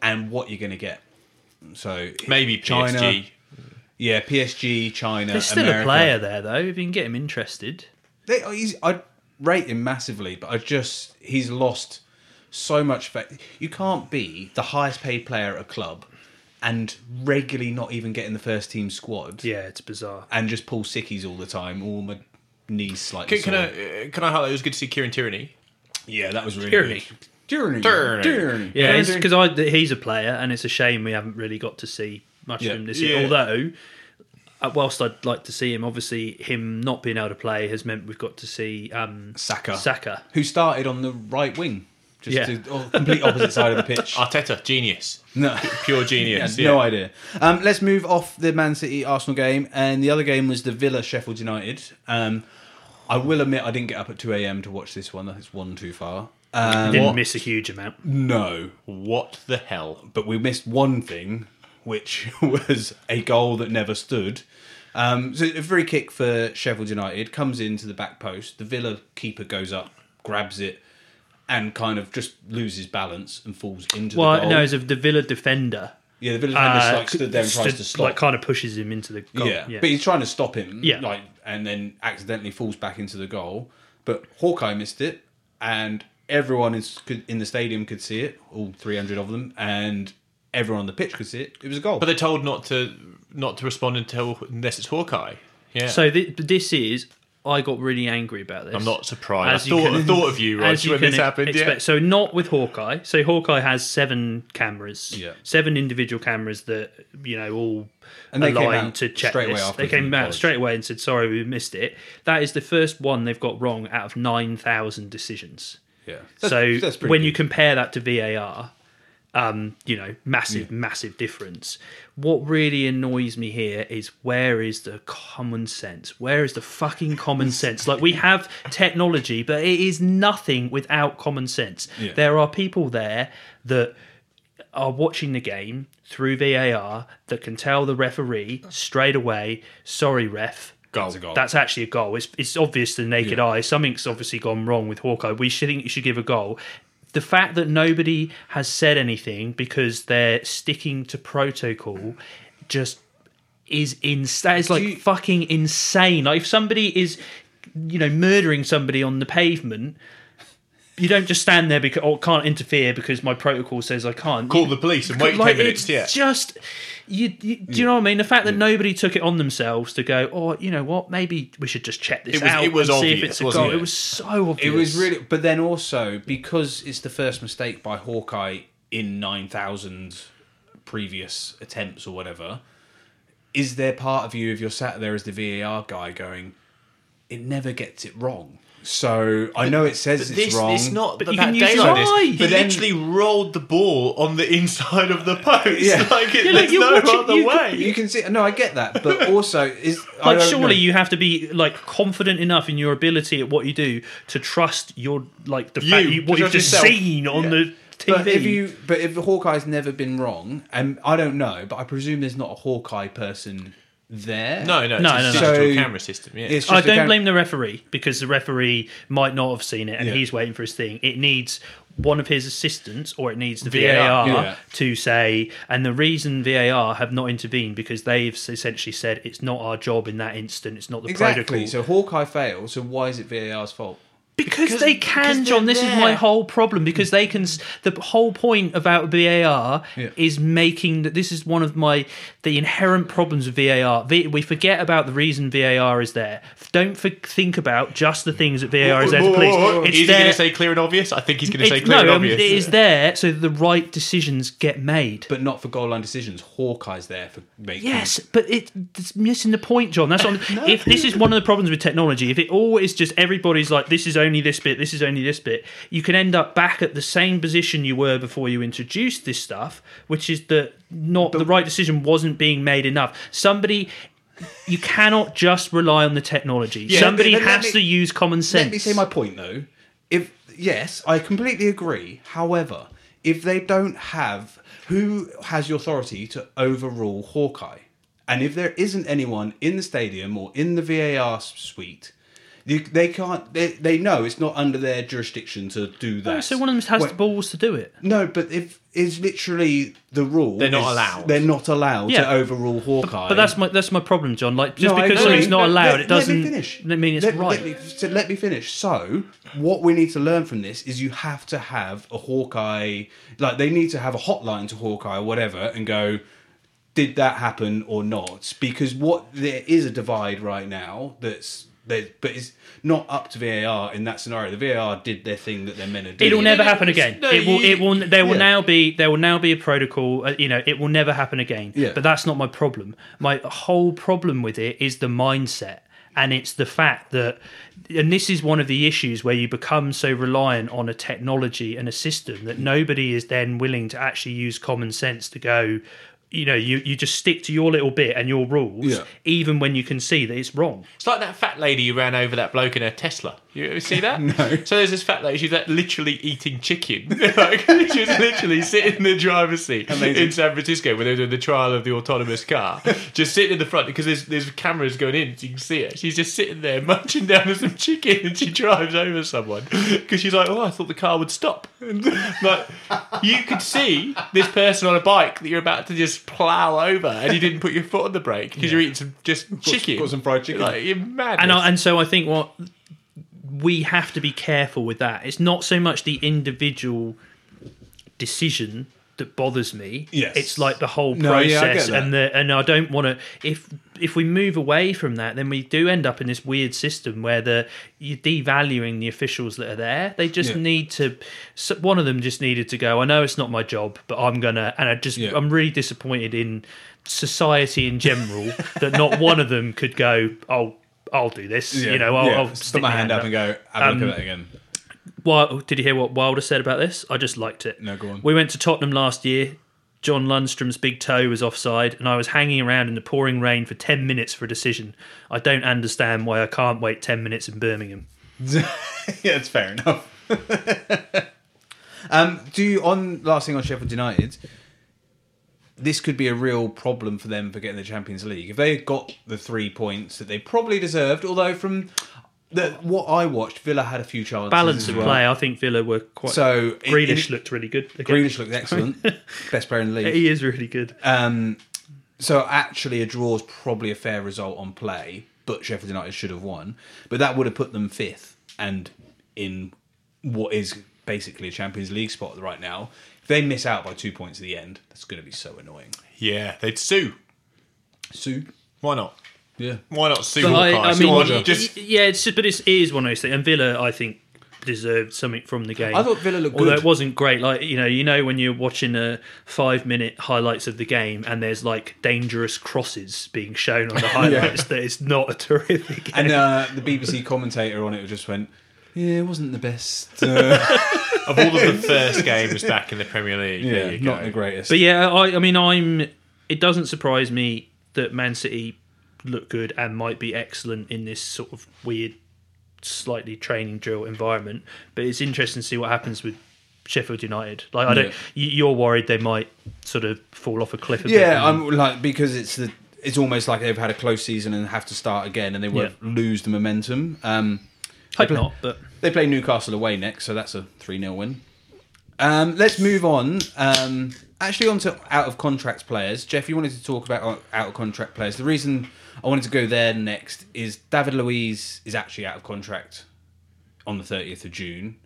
A: and what you're going to get. So
B: Maybe PSG.
A: China, yeah, PSG, China.
C: There's still
A: America.
C: a player there though. If you can get him interested,
A: They, oh, he's, I rate him massively, but I just he's lost so much. Fa- you can't be the highest paid player at a club and regularly not even get in the first team squad
C: yeah, it's bizarre.
A: and just pull sickies all the time. All my knees slightly.
B: Can, can
A: sore.
B: I uh, can I highlight? It was good to see Kieran Tierney.
A: Yeah, that was really
C: Tyranny.
A: good. Tyranny.
B: Tyranny.
A: Tyranny.
C: Yeah, it's because I that he's a player, and it's a shame we haven't really got to see much
A: Yeah.
C: of him this year.
B: Yeah.
C: Although, uh, whilst I'd like to see him, obviously him not being able to play has meant we've got to see um,
A: Saka.
C: Saka.
A: who started on the right wing, just
C: Yeah.
A: to, oh, complete opposite side of the pitch.
B: Arteta, genius,
A: No.
B: pure genius.
A: Yeah,
B: yeah.
A: No idea. Um, let's move off the Man City Arsenal game, and the other game was the Villa Sheffield United. Um, I will admit I didn't get up at two a.m. to watch this one. That's one too far. Um,
C: Didn't
A: what?
C: miss a huge amount.
A: No,
B: What the hell?
A: but we missed one thing, which was a goal that never stood. Um, so a free kick for Sheffield United comes into the back post. The Villa keeper goes up, grabs it, and kind of just loses balance and falls into the
C: Well,
A: goal.
C: no, it's of the Villa defender.
A: yeah, the Villa defender
C: uh,
A: like, stood there and tries
C: stood-
A: to stop.
C: Like, kind of pushes him into the goal.
A: Yeah. but he's trying to stop him.
C: Yeah.
A: like and then accidentally falls back into the goal. But Hawkeye missed it, and everyone is, could, in the stadium could see it. All three hundred of them, and everyone on the pitch could see it. It was a goal.
B: But they're told not to not to respond until unless it's Hawkeye. Yeah.
C: So thi- this is, I got really angry about this.
B: I'm not surprised.
C: As
B: I
C: you
B: thought,
C: can-
B: I thought of you, right,
C: as you
B: when
C: can
B: this happened.
C: expect.
B: Yeah.
C: So not with Hawkeye. So Hawkeye has seven cameras,
A: Yeah.
C: seven individual cameras that you know all
A: And they came
C: aligned
A: out
C: to check
A: straight away
C: this. They
A: afterwards
C: came
A: and
C: out
A: apologised.
C: straight away and said, "Sorry, we missed it." That is the first one they've got wrong out of nine thousand decisions.
A: yeah,
C: so
A: That's- that's pretty
C: when you
A: good.
C: compare that to VAR, um, you know, massive, massive difference. What really annoys me here is where is the common sense? Where is the fucking common sense? Like we have technology, but it is nothing without common sense.
A: Yeah.
C: There are people there that are watching the game through VAR that can tell the referee straight away, sorry, ref,
A: Goal's a goal.
C: that's actually a goal. It's it's obvious to the naked eye. Something's obviously gone wrong with Hawkeye. We should think you should give a goal. The fact that nobody has said anything because they're sticking to protocol just is insane. It's like
A: you-
C: fucking insane. Like if somebody is, you know, murdering somebody on the pavement, you don't just stand there because or can't interfere because my protocol says I can't.
B: Call the police and wait
C: Like,
B: ten minutes.
C: it's
B: Yeah.
C: just you, you do you know what I mean? The fact that nobody took it on themselves to go, oh, you know what? Maybe we should just check this
B: It was-
C: out.
B: it was
C: and see if
B: obvious,
C: it's a
B: wasn't
C: goal.
B: it?
C: It was so
A: it
C: obvious.
A: was really. But then also because it's the first mistake by Hawkeye in nine thousand previous attempts or whatever. Is there part of you if you're sat there as the VAR guy going, it never gets it wrong. So I know it says it's
B: This,
A: wrong.
B: it's not
C: But
B: that
C: you can
B: that
C: use
B: day
C: your
B: like this.
C: eye.
B: He
C: But
A: then-
B: literally rolled the ball on the inside of the post.
A: Yeah.
B: Like it,
C: Yeah, look,
B: there's
C: you're
B: no
C: watching-
B: other
C: you-
B: way.
A: You can see. No, I get that, but also is I
C: like
A: don't
C: surely
A: know.
C: you have to be like confident enough in your ability at what you do to trust your like the fact
B: You,
C: you, what
B: to
C: you've
B: trust
C: just
B: yourself.
C: seen on
A: Yeah.
C: the TV.
A: But if you, but if Hawkeye's never been wrong, and I don't know, but I presume there's not a Hawkeye person there.
B: No, no, it's
C: No,
B: a
C: no, no.
B: digital
A: So-
B: camera system. Yeah,
A: It's just
C: I
A: a
C: don't
A: cam-
C: blame the referee because the referee might not have seen it and
A: Yeah.
C: he's waiting for his thing. It needs one of his assistants or it needs the
B: VAR,
C: VAR,
A: yeah.
C: to say, and the reason VAR have not intervened because they've essentially said it's not our job in that instant, it's not the
A: Exactly.
C: protocol.
A: So Hawkeye fails. So why is it VAR's fault?
C: because,
B: Because-
C: they can,
B: because
C: John.
B: they're
C: This is
B: there.
C: my whole problem because they can. s- The whole point about VAR
A: Yeah.
C: is making that this is one of my the inherent problems with VAR. V, we forget about the reason VAR is there. Don't for, think about just the things that VAR is there to
A: Oh,
C: police.
B: is he
C: It's
B: going to
C: there.
B: say clear and obvious? I think he's going to say
C: It's,
B: clear
C: no,
B: and
C: I mean, it
B: obvious.
C: is there so that the right decisions get made.
A: But not for goal line decisions. Hawkeye's there for making.
C: Yes, but it, it's missing the point, John. That's what I'm, if this is one of the problems with technology. If it always just everybody's like, this is only this bit, this is only this bit, you can end up back at the same position you were before you introduced this stuff, which is that not the right decision wasn't being made enough. Somebody. You cannot just rely on the technology. Somebody
A: let- let
C: has
A: me-
C: to use common sense.
A: Let me say my point though. If yes, I completely agree. However, if they don't have who has the authority to overrule Hawkeye, and if there isn't anyone in the stadium or in the VAR suite. You, they can't. They, they know it's not under their jurisdiction to do that.
C: Oh, so one of them has
A: Well,
C: the balls to do it.
A: No, but if is literally the rule. They're
B: not allowed.
A: They're not allowed to
C: Yeah.
A: overrule Hawkeye.
C: But that's my that's my problem, John. Like just
A: No, I
C: because
A: agree.
C: something's not
A: No,
C: allowed,
A: let-
C: it doesn't
A: Let me finish.
C: I mean it's
A: Let-
C: right.
A: Let me, so let me finish. So, what we need to learn from this is you have to have a Hawkeye, like they need to have a hotline to Hawkeye or whatever, and go, did that happen or not? Because what there is a divide right now that's there, but it's not up to VAR in that scenario. The VAR did their thing that they're meant to do.
C: It'll
B: no,
C: never
B: no,
C: happen
B: it's-
C: again.
B: no,
C: it will.
B: you-
C: It will. There will
A: yeah.
C: now be. There will now be a protocol. Uh, you know, it will never happen again.
A: Yeah.
C: But that's not my problem. My whole problem with it is the mindset, and it's the fact that, and this is one of the issues where you become so reliant on a technology and a system that nobody is then willing to actually use common sense to go. You know, you, you just stick to your little bit and your rules,
A: Yeah.
C: even when you can see that it's wrong.
B: It's like that fat lady who ran over that bloke in her Tesla. You ever see that? no. So there's this fat lady, she's like literally eating chicken. like, she was literally sitting in the driver's seat in San Francisco when they were doing the trial of the autonomous car. just sitting in the front because there's, there's cameras going in, so you can see it. She's just sitting there munching down on some chicken and she drives over someone because she's like, oh, I thought the car would stop. And, like, you could see this person on a bike that you're about to just plow over and you didn't put your foot on the brake because you're eating some just chicken.
A: got some fried chicken.
B: Like, you're mad.
C: and I, and so I think what we have to be careful with that. It's not so much the individual decision that bothers me.
A: Yes.
C: it's like the whole
A: No, yeah, I get
C: process
A: that.
C: and the and I don't want to. If if we move away from that, then we do end up in this weird system where the you're devaluing the officials that are there. They just
A: Yeah.
C: need to. so- One of them just needed to go. I know it's not my job, but I'm gonna. And I just
A: Yeah.
C: I'm really disappointed in society in general that not one of them could go. Oh. I'll do this.
A: Yeah,
C: You know, I'll,
A: yeah.
C: I'll
A: stick
C: stick
A: my hand up and go, have a look
C: Um,
A: at that again.
C: Wi- did you hear what Wilder said about this? I just liked it.
A: No, go on.
C: We went to Tottenham last year. John Lundstrom's big toe was offside, and I was hanging around in the pouring rain for 10 minutes for a decision. I don't understand why I can't wait 10 minutes in Birmingham.
A: yeah, it's fair enough. um, do you on last thing on Sheffield United? This could be a real problem for them for getting the Champions League if they got the three points that they probably deserved. Although from the, what I watched, Villa had a few chances.
C: Balance
A: as
C: of
A: well.
C: play, I think Villa were quite.
A: So in-
C: Grealish
A: in-
C: looked really good. Again.
A: Grealish looked excellent, best player in the league.
C: He is really good.
A: Um, so actually, a draw is probably a fair result on play, but Sheffield United should have won. But that would have put them fifth and in what is basically a Champions League spot right now. If they miss out by two points at the end, that's going to be so annoying.
B: yeah, they'd sue.
A: Sue,
B: Why not?
A: yeah,
B: Why not sue
C: But
B: Hawkeye?
C: I, I
B: Sue
C: mean,
B: Hawkeye. just
C: y- yeah, it's just, but it's, it is one of those things. And Villa, I think, deserved something from the game.
A: I thought Villa looked
C: although
A: good.
C: it wasn't great. Like you know, you know when you're watching a five-minute highlights of the game, and there's like dangerous crosses being shown on the highlights. That it's not a terrific. Game.
A: and uh, the BBC commentator on it just went, "Yeah, it wasn't the best. Uh,
B: of all of the first games back in the Premier League. there
A: yeah,
B: you go.
A: not the greatest."
C: But yeah, I, I mean, I'm. It doesn't surprise me that Man City look good and might be excellent in this sort of weird, slightly training drill environment. But it's interesting to see what happens with Sheffield United. Like, I don't.
A: Yeah.
C: You, you're worried they might sort of fall off a cliff. A bit
A: Yeah,
C: and-
A: I'm like because it's the it's almost like they've had a close season and have to start again, and they won't lose the momentum. Um,
C: Hope not, but
A: they play Newcastle away next, so that's a 3 0 win. Um, let's move on. Um, actually, on to out of contract players. Jeff, you wanted to talk about out- out of contract players. The reason I wanted to go there next is David Luiz is actually out of contract on the 30th of June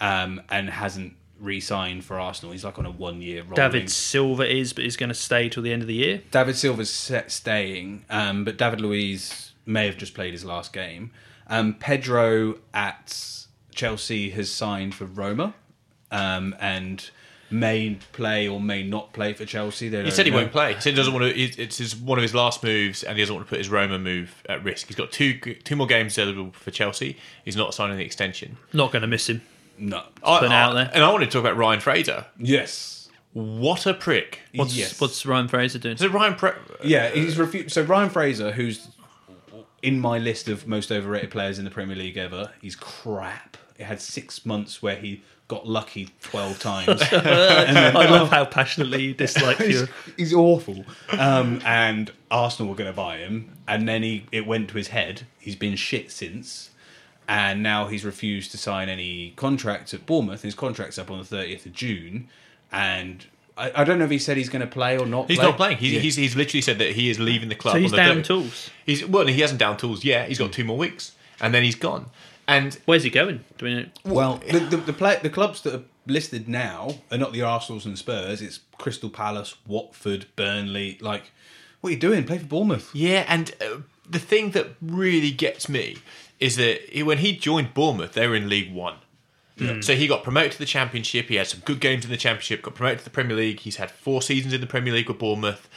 A: um, and hasn't re signed for Arsenal. He's like on a one year rolling.
C: David Silva is, but he's going to stay till the end of the year.
A: David Silva's set staying, um, but David Luiz may have just played his last game. Um, Pedro at Chelsea has signed for Roma um, and may play or may not play for Chelsea. They
B: He said he won't play. He said he doesn't want to. it- It's his, one of his last moves, and he doesn't want to put his Roma move at risk. He's got two two more games available for Chelsea. He's not signing the extension.
C: Not going to miss him.
A: No.
B: I,
C: putting it out
B: I-
C: there.
B: And I want to talk about Ryan Fraser.
A: yes.
B: What a prick!
C: What's,
A: yes.
C: what's Ryan Fraser doing?
B: Is it Ryan? Pre-
A: yeah, he's refused. So Ryan Fraser, who's in my list of most overrated players in the Premier League ever, he's crap. It had six months where he got lucky 12 times.
C: I love how passionately you dislike
A: he's,
C: your.
A: he's awful. Um, and Arsenal were going to buy him, and then he it went to his head. He's been shit since, and now he's refused to sign any contracts at Bournemouth. His contract's up on the thirtieth of June, and I, I don't know if he said he's going to play or not.
B: He's
A: play.
B: not playing. He's,
A: Yeah.
B: he's, he's literally said that he is leaving the club.
C: So he's
B: on the
C: down
B: third-
C: tools.
B: He's well, he hasn't down tools yet. He's got two more weeks, and then he's gone. And
C: Where's he going? Do we know?
A: well. The the, the, play, the clubs that are listed now are not the Arsenals and Spurs. It's Crystal Palace, Watford, Burnley. Like, what are you doing? Play for Bournemouth.
B: yeah, and uh, the thing that really gets me is that he, when he joined Bournemouth, they were in League One. So he got promoted to the Championship. He had some good games in the Championship. Got promoted to the Premier League. He's had four seasons in the Premier League with Bournemouth.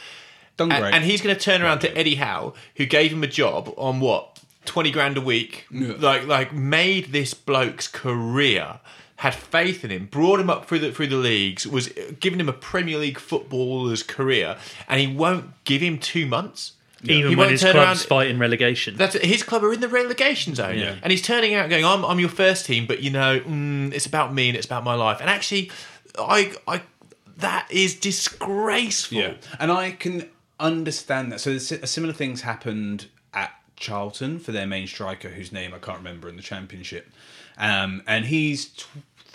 A: Done
B: And,
A: great.
B: and he's going to turn around to Eddie Howe, who gave him a job on what twenty grand a week, like like made this bloke's career, had faith in him, brought him up through the through the leagues, was giving him a Premier League footballer's career, and he won't give him two months.
C: Even
B: he
C: when
B: won't
C: his
B: turn
C: club's
B: around-
C: fighting relegation.
B: that's it. his club are in the relegation zone,
A: Yeah.
B: and he's turning out going, "I'm I'm your first team, but you know, mm, it's about me and it's about my life." And actually, I I that is disgraceful.
A: Yeah, and I can understand that. So there's a similar things happened at Charlton for their main striker, whose name I can't remember in the Championship, um, and he's tw-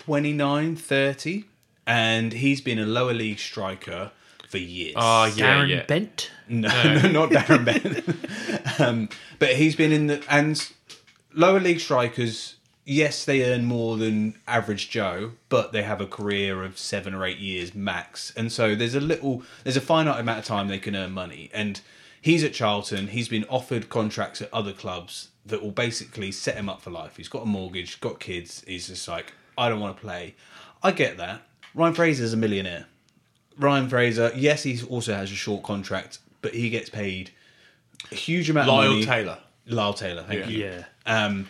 A: 29, 30, and he's been a lower league striker for years.
B: Oh, yeah,
C: Darren
B: yeah.
C: Bent?
A: No, no, not Darren Bent. um, but he's been in the and lower league strikers. Yes, they earn more than average Joe, but they have a career of seven or eight years max, and so there's a little, there's a finite amount of time they can earn money. And he's at Charlton. He's been offered contracts at other clubs that will basically set him up for life. He's got a mortgage, got kids. He's just like, I don't want to play. I get that. Ryan Fraser's a millionaire. Ryan Fraser, yes, he also has a short contract, but he gets paid a huge amount of
B: Lyle
A: money.
B: Taylor.
A: Lyle Taylor, thank you.
C: Yeah.
A: Um,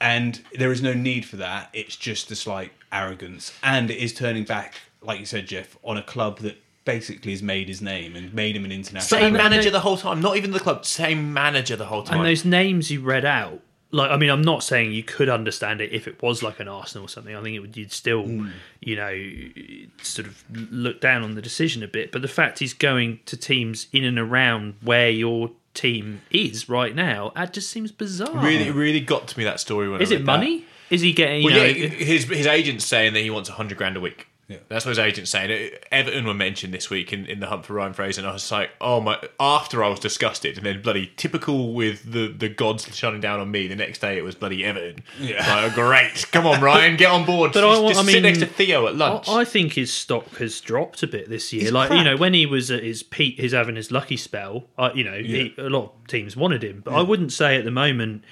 A: and there is no need for that. It's just this like arrogance, and it is turning back, like you said, Jeff, on a club that basically has made his name and made him an international.
B: Same
C: And
B: manager
C: they-
B: the whole time. Not even the club. Same manager the whole time.
C: And those names you read out, like I mean, I'm not saying you could understand it if it was like an Arsenal or something. I think it would you'd still,
B: Hmm.
C: you know, sort of look down on the decision a bit. But the fact he's going to teams in and around where your team is right now, that just seems bizarre.
B: really, really got to me that story. When I
C: is it
B: read
C: money? Is he getting? You
B: That.
C: know,
B: Well, yeah, his his agent's saying that he wants hundred grand a week.
A: Yeah.
B: That's what his agent's saying. Everton were mentioned this week in, in the hunt for Ryan Fraser, and I was like, oh my! After I was disgusted, and then bloody typical with the, the gods shining down on me. The next day, it was bloody Everton.
A: Yeah.
B: Like, oh, great, come on, Ryan, get on board.
C: But I
B: just
C: want-
B: just
C: I
B: sit
C: mean-
B: next to Theo at
C: I
B: lunch.
C: I think his stock has dropped a bit this year.
A: He's
C: like
A: crap.
C: you know, when he was at his peak, he's having his lucky spell. Uh, you know, he, a lot of teams wanted him, but I wouldn't say at the moment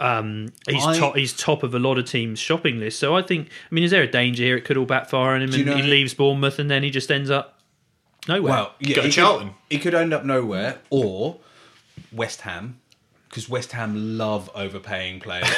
C: um, he's
A: I-
C: top. He's top of a lot of teams' shopping list. So I think, I mean, is there a danger here? It could all backfire on him, and
A: you
C: he
A: know-
C: leaves Bournemouth, and then he just ends up nowhere.
A: Well, yeah,
B: Go
A: he
B: Charlton.
A: Could, he could end up nowhere or West Ham, because West Ham love overpaying players.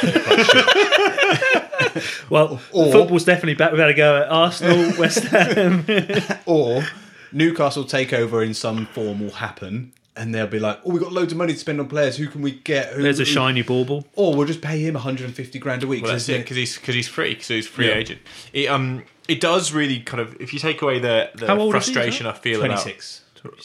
C: well,
A: or-
C: football's definitely back. We've had a go at Arsenal, West Ham.
A: or Newcastle takeover in some form will happen, and they'll be like, "Oh, we got loads of money to spend on players. Who can we get?" Who,
C: There's a
A: who-"
C: shiny bauble.
A: Or we'll just pay him 150 grand a week.
B: Well, that's it because he's because he's free because he's a free agent. It um it does really kind of if you take away the the
C: How old is he,
B: frustration I feel about
A: 26.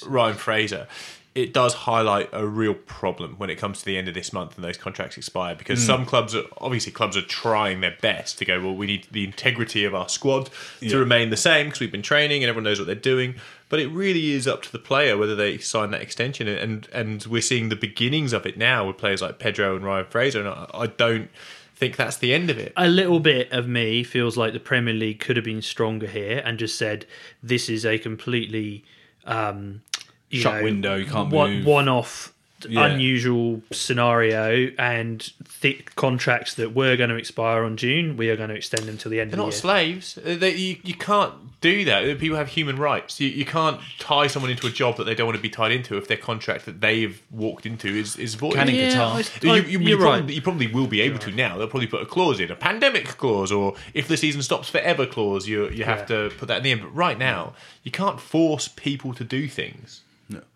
B: Ryan Fraser, it does highlight a real problem when it comes to the end of this month and those contracts expire because some clubs are obviously clubs are trying their best to go well we need the integrity of our squad to remain the same because we've been training and everyone knows what they're doing but it really is up to the player whether they sign that extension and and we're seeing the beginnings of it now with players like Pedro and Ryan Fraser and I, I don't think that's the end of it
C: a little bit of me feels like the Premier League could have been stronger here and just said this is a completely um, you
A: Shut
C: know,
A: window, you can't
C: one,
A: move.
C: one-off,
A: Yeah.
C: unusual scenario and thick contracts that were going to expire on June. We are going to extend them till the end
B: They're
C: of
B: not
C: the year.
B: slaves. Uh, They, you, you can't do that. Uh, People have human rights. You, you can't tie someone into a job that they don't want to be tied into if their contract that they've walked into is, is void.
A: Can in
C: Yeah,
A: Qatar.
C: I-
B: You,
C: I-
B: you- you
C: you're
B: probably,
C: right.
B: you probably will be able to now. They'll probably put a clause in, a pandemic clause, or if the season stops forever clause. You you have
C: Yeah.
B: to put that in the end. But right now, you can't force people to do things,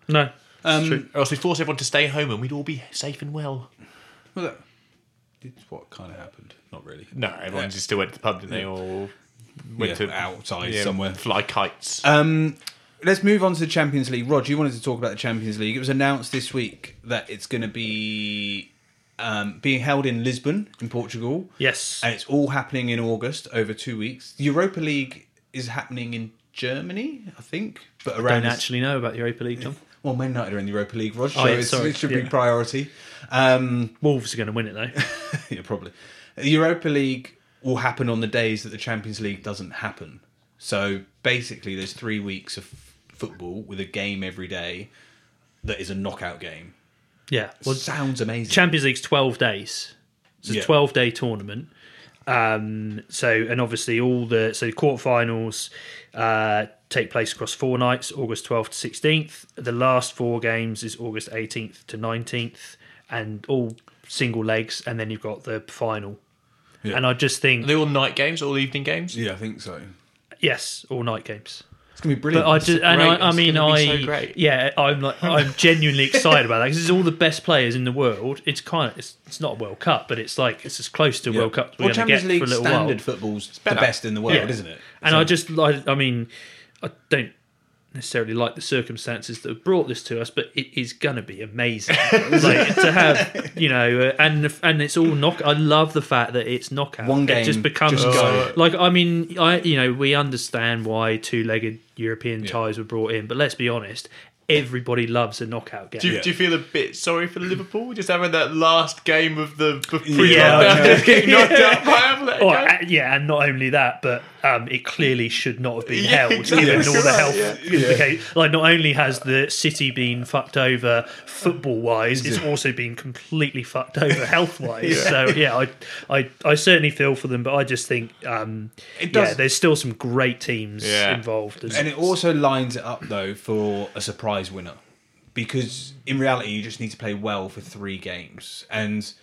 C: No.
A: Um,
B: or else we force everyone to stay home and we'd all be safe and well.
A: well, that- it's what kind of happened. Not really.
B: No, everyone
A: Yeah.
B: just still went to the pub, didn't they? Or went
A: Yeah,
B: to
A: outside
B: yeah,
A: somewhere.
B: fly kites.
A: Um, let's move on to the Champions League. Rod, you wanted to talk about the Champions League. It was announced this week that it's going to be um, being held in Lisbon, in Portugal.
C: Yes.
A: And it's all happening in August over two weeks. The Europa League is happening in Germany, I think, but around
C: don't actually know about the Europa League, Tom.
A: Well, Man United are in the Europa League, Rod, so
C: yeah,
A: it's,
C: sorry.
A: it should be
C: Yeah.
A: priority. Um,
C: Wolves are going to win it though.
A: yeah, probably. The Europa League will happen on the days that the Champions League doesn't happen. So basically, there's three weeks of football with a game every day that is a knockout game.
C: Yeah. Well,
A: sounds amazing.
C: Champions League's 12 days. It's a
A: Yeah.
C: 12 day tournament. Um, so, and obviously, all the so the quarterfinals uh, take place across four nights August 12th to 16th. The last four games is August 18th to 19th, and all single legs. And then you've got the final.
A: Yeah.
C: And I just
B: Are
C: think,
B: they all night games, all evening games?
A: yeah, I think so.
C: yes, all night games.
A: It's gonna be brilliant.
C: But I just, and
B: great.
C: I, I
B: It's
C: mean,
B: gonna
C: I,
B: be so great.
C: yeah, I'm like, I'm genuinely excited about that because it's all the best players in the world. It's kind of, it's, it's not a World Cup, but it's like it's as close to a
A: Yeah.
C: World Cup as we're
A: well,
C: going to
A: Champions
C: get
A: League
C: for a little
A: standard
C: while.
A: football's the
B: better.
A: best in the world,
C: Yeah.
A: isn't it?
C: And
A: So-
C: I just, like, I mean, I don't necessarily like the circumstances that have brought this to us, but it is going to be amazing, like to have, you know, uh, and and it's all knock. I love the fact that it's knockout.
A: One
C: it
A: game,
C: just becomes
A: just go.
C: like I mean, I you know, we understand why two-legged European ties were brought in, but let's be honest. Everybody loves a knockout game.
B: Do you,
A: Yeah.
B: do you feel a bit sorry for Liverpool just having that last game of the the pre
A: Yeah,
B: yeah,
A: I know.
B: just getting knocked out by Athletic?
C: Or, uh, yeah, and not only that, but um, it clearly should not have been
B: Yeah,
C: held
B: exactly.
C: given all the
B: Right,
C: health
B: yeah.
C: implications. Like, not only has the city been fucked over football wise, it's also been completely fucked over health wise. So, yeah, I, I, I certainly feel for them, but I just think, um, yeah,
A: does-
C: there's still some great teams
B: Yeah.
C: involved.
A: And it also lines it up though for a surprise winner, because in reality you just need to play well for three games, and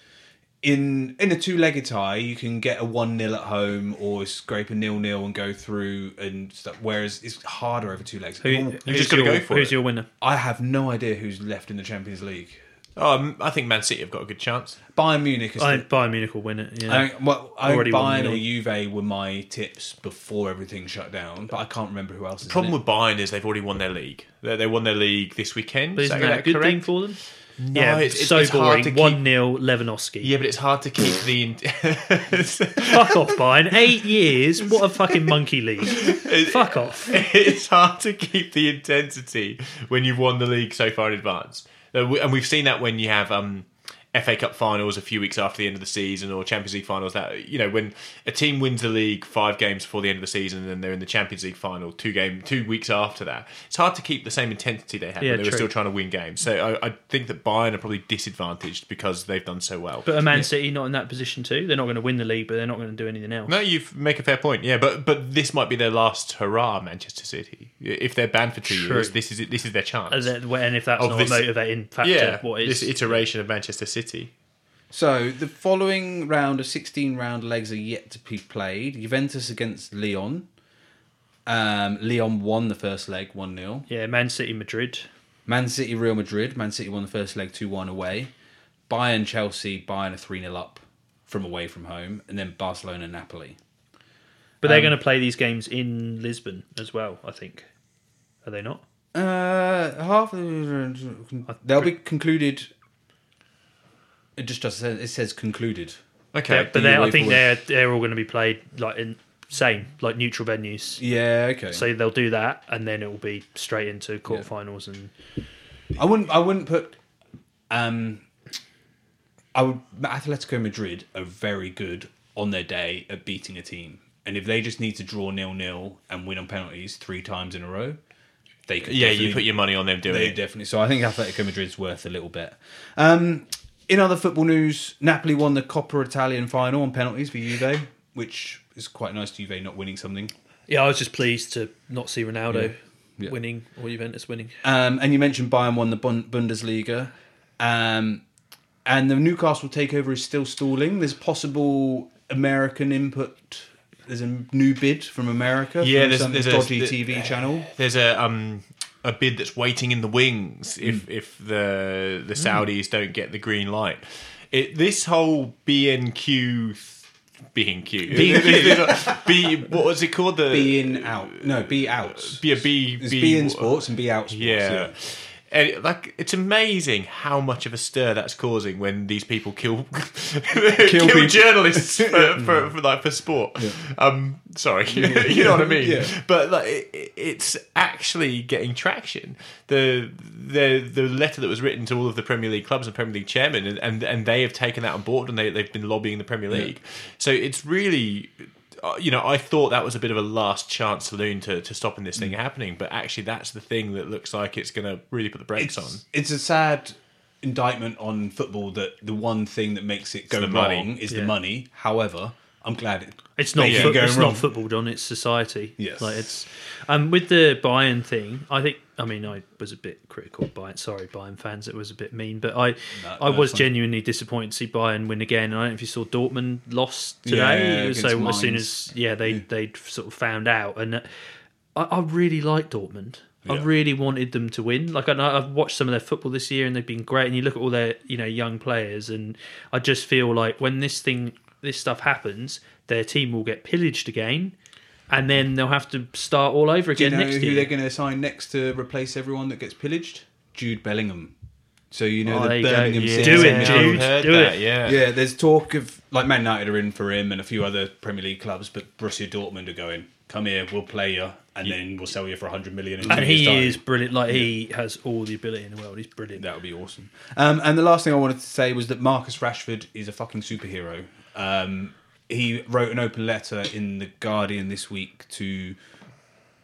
A: in in a two legged tie you can get a one 0 at home or scrape a nil nil and go through and stuff. Whereas it's harder over two legs.
C: Who-
B: You've
C: who's
B: just gotta
C: your-
B: go for
C: Who's
B: it.
C: your winner?
A: I have no idea who's left in the Champions League.
B: Um, I think Man City have got a good chance.
A: Bayern Munich is.
C: I
A: I,
C: think Bayern Munich will win it. Yeah.
A: I, well, I think
C: Already won
A: Bayern
C: the
A: or
C: league.
A: Juve were my tips before everything shut down, but I can't remember who else. Is in
B: Problem
A: it.
B: with Bayern is they've already won their league. They, they won their league this weekend.
C: but
B: is
C: isn't
B: that
C: that a good
B: correct?
C: thing for them? yeah,
B: it's- it's-
C: so
B: it's hard
C: boring.
B: to keep-
C: 1 0 Lewandowski.
B: Yeah, but it's hard to keep the in-
C: Fuck off, Bayern. Eight years? What a fucking monkey league. Fuck off.
B: it's hard to keep the intensity when you've won the league so far in advance. Uh, we- And we've seen that when you have um, FA Cup finals a few weeks after the end of the season or Champions League finals. That you know when a team wins the league five games before the end of the season and then they're in the Champions League final two game two weeks after that. It's hard to keep the same intensity they had
C: Yeah,
B: when they were
C: true.
B: still trying to win games. So I, I think that Bayern are probably disadvantaged because they've done so well.
C: But a Man City not in that position too. They're not going to win the league, but they're not going to do anything else.
B: no, you make a fair point. Yeah, but but this might be their last hurrah, Manchester City. If they're banned for two
C: True.
B: years, this is it. This is their chance.
C: And that- and if that's
B: Of
C: not
B: this-
C: a motivating factor,
B: yeah,
C: what is?
B: this iteration of Manchester City?
A: So the following round of 16 round legs are yet to be played. Juventus against Leon. Um, Leon won the first leg 1 0.
C: yeah, Man City, Madrid.
A: Man City, Real Madrid. Man City won the first leg 2 1 away. Bayern, Chelsea. Bayern are 3 0 up from away from home. And then Barcelona, Napoli.
C: But they're going to play these games in Lisbon as well, I think. Are they not?
A: Uh, half they'll be concluded. It just does. It says concluded.
B: Okay,
C: but
A: the
C: they're, I
A: UEFA
C: think
A: would-
C: they're they're all going to be played like in same like neutral venues.
A: Yeah. Okay.
C: So they'll do that, and then it will be straight into quarterfinals. And
A: I wouldn't. I wouldn't put. Um, I would. Atletico Madrid are very good on their day at beating a team, and if they just need to draw nil nil and win on penalties three times in a row, they could.
B: yeah, you
A: definitely-
B: put your money on them doing
A: They
B: it.
A: definitely. So I think Atletico Madrid's worth a little bit. Um, in other football news, Napoli won the Coppa Italian final on penalties for Juve, which is quite nice. to Juve not winning something.
C: yeah, I was just pleased to not see Ronaldo
A: Yeah.
C: winning or Juventus winning.
A: Um, and you mentioned Bayern won the Bun- Bundesliga. Um, and the Newcastle takeover is still stalling. There's possible American input. There's a new bid from America.
B: Yeah,
A: from
B: there's-
A: some
B: there's a-
A: dodgy
B: the-
A: TV channel.
B: There's a um a bid that's waiting in the wings
C: Mm.
B: if if the the Saudis don't get the green light. It this whole BNQ BNQ BNQ B what was it called the
A: Be in out. No, be out.
B: B, B,
A: There's
B: B-
A: be in sports and be out sports.
B: yeah. And it- like it's amazing how much of a stir that's causing when these people kill kill,
A: people.
B: journalists for, for, for like for sport. Um, sorry, you know what I mean.
A: Yeah.
B: But like it, it- it's actually getting traction. The the the letter that was written to all of the Premier League clubs and Premier League chairmen, and and, and they have taken that on board, and they they've been lobbying the Premier League. So it's really. uh, You know, I thought that was a bit of a last chance saloon to, to stopping this
C: Mm.
B: thing happening, but actually, that's the thing that looks like it's going to really put the brakes on.
A: It's a sad indictment on football that the one thing that makes it go
B: the
A: wrong
B: money.
A: is
C: Yeah.
A: the money. However, I'm glad it,
C: It's not
A: Yeah.
C: fo-
A: going
C: it's
A: wrong.
C: not football done. It's society.
A: Yes.
C: like it's um with the Bayern thing. I think I mean I was a bit critical of Bayern. Sorry, Bayern fans, it was a bit mean, but I I
A: no,
C: was
A: it's fine.
C: genuinely disappointed to see Bayern win again. And I don't know if you saw Dortmund lost
A: Yeah,
C: today.
A: against
C: so as soon
A: Mainz.
C: as yeah they they sort of found out, and uh, I, I really like Dortmund. I
A: Yeah.
C: really wanted them to win. Like I know I've watched some of their football this year, and they've been great. And you look at all their you know young players, and I just feel like when this thing this stuff happens, their team will get pillaged again, and then they'll have to start all over
A: Do you
C: again
A: know
C: next
A: who they're
C: year.
A: going to assign next to replace everyone that gets pillaged? Jude Bellingham. So you know
C: Oh,
A: the
C: there you go.
A: Birmingham
C: Yeah.
A: City.
C: Do it,
A: midfield.
C: Jude.
B: I've heard
C: do
B: that,
C: it.
B: Yeah.
A: Yeah, there's talk of like Man United are in for him and a few other Premier League clubs, but Borussia Dortmund are going. Come here, we'll play you, and then we'll sell you for 100 million. in two
C: And he
A: years'
C: is
A: time."
C: brilliant. Like he has all the ability in the world. He's brilliant.
A: That would be awesome. Um, and the last thing I wanted to say was that Marcus Rashford is a fucking superhero. Um, he wrote an open letter in The Guardian this week to,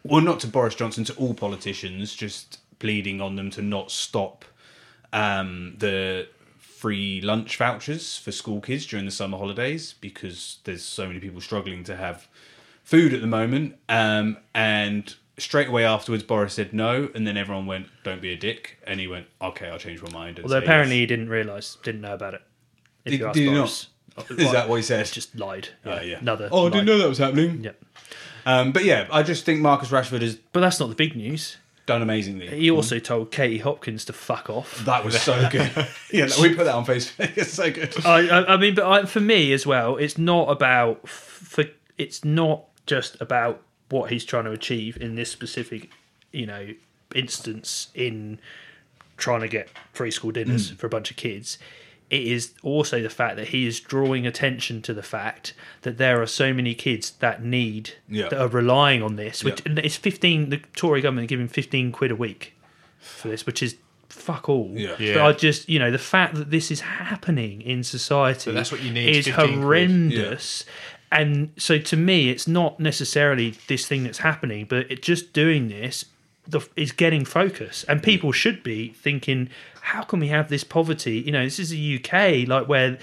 A: well, not to Boris Johnson, to all politicians, just pleading on them to not stop um, the free lunch vouchers for school kids during the summer holidays because there's so many people struggling to have food at the moment. Um, and straight away afterwards, Boris said no, and then everyone went, "Don't be a dick," and he went, "Okay, I'll change my mind." and
C: Although
A: say
C: apparently he didn't realise, didn't know about it. If
A: Did-
C: you ask
A: did he not?
C: Boris.
A: yes. is that what he said?
C: Just lied.
A: Oh, yeah.
C: Another.
A: Oh, I didn't
C: lie.
A: know that was happening.
C: Yep.
A: Um, but yeah, I just think Marcus Rashford has
C: But that's not the big news.
A: done amazingly.
C: He also told Katie Hopkins to fuck off.
A: That was so good. yeah, we put that on Facebook. It's so good.
C: I, I, I mean, but I, for me as well, it's not about f- for it's not just about what he's trying to achieve in this specific, you know, instance in trying to get free school dinners for a bunch of kids. It is also the fact that he is drawing attention to the fact that there are so many kids that need
A: Yeah.
C: that are relying on this. Which and it's fifteen. The Tory government are giving fifteen quid a week for this, which is fuck all.
A: Yeah.
B: Yeah.
C: But I just, you know, the fact that this is happening in society
B: But that's what you need,
C: is
B: 15 quid.
C: horrendous. And so to me, it's not necessarily this thing that's happening, but it just doing this the, is getting focus. And people should be thinking, how can we have this poverty? You know, this is the UK, like where,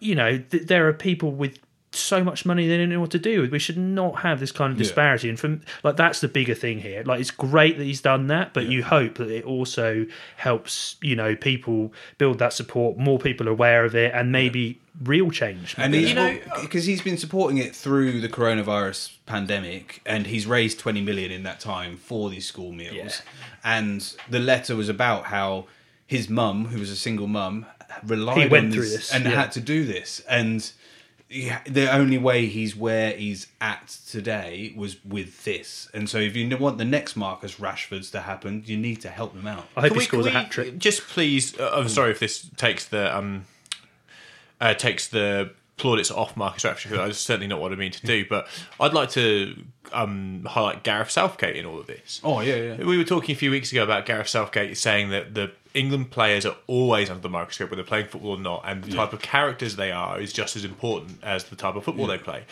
C: you know, th- there are people with so much money they don't know what to do with. We should not have this kind of disparity. And from like that's the bigger thing here. Like it's great that he's done that, but you hope that it also helps, you know, people build that support, more people are aware of it, and maybe real change.
A: And
B: You
A: he's,
B: know-
A: because he's been supporting it through the coronavirus pandemic, and he's raised twenty million in that time for these school meals. And the letter was about how his mum, who was a single mum, relied
C: He went
A: on
C: through
A: this,
C: this,
A: and
C: yeah.
A: had to do this, and yeah, the only way he's where he's at today was with this. And so, if you want the next Marcus Rashfords to happen, you need to help them out.
C: I hope
B: Can
C: he
B: we-
C: scores a Hmm.
B: can we
C: hat trick.
B: Just please, uh, I'm sorry if this takes the um, uh, takes the plaudits off Marcus Rashford. 'cause That's certainly not what I mean to do, but I'd like to um, highlight Gareth Southgate in all of this.
A: Oh yeah, yeah.
B: We were talking a few weeks ago about Gareth Southgate saying that the England players are always under the microscope, whether playing football or not, and the type of characters they are is just as important as the type of football they play.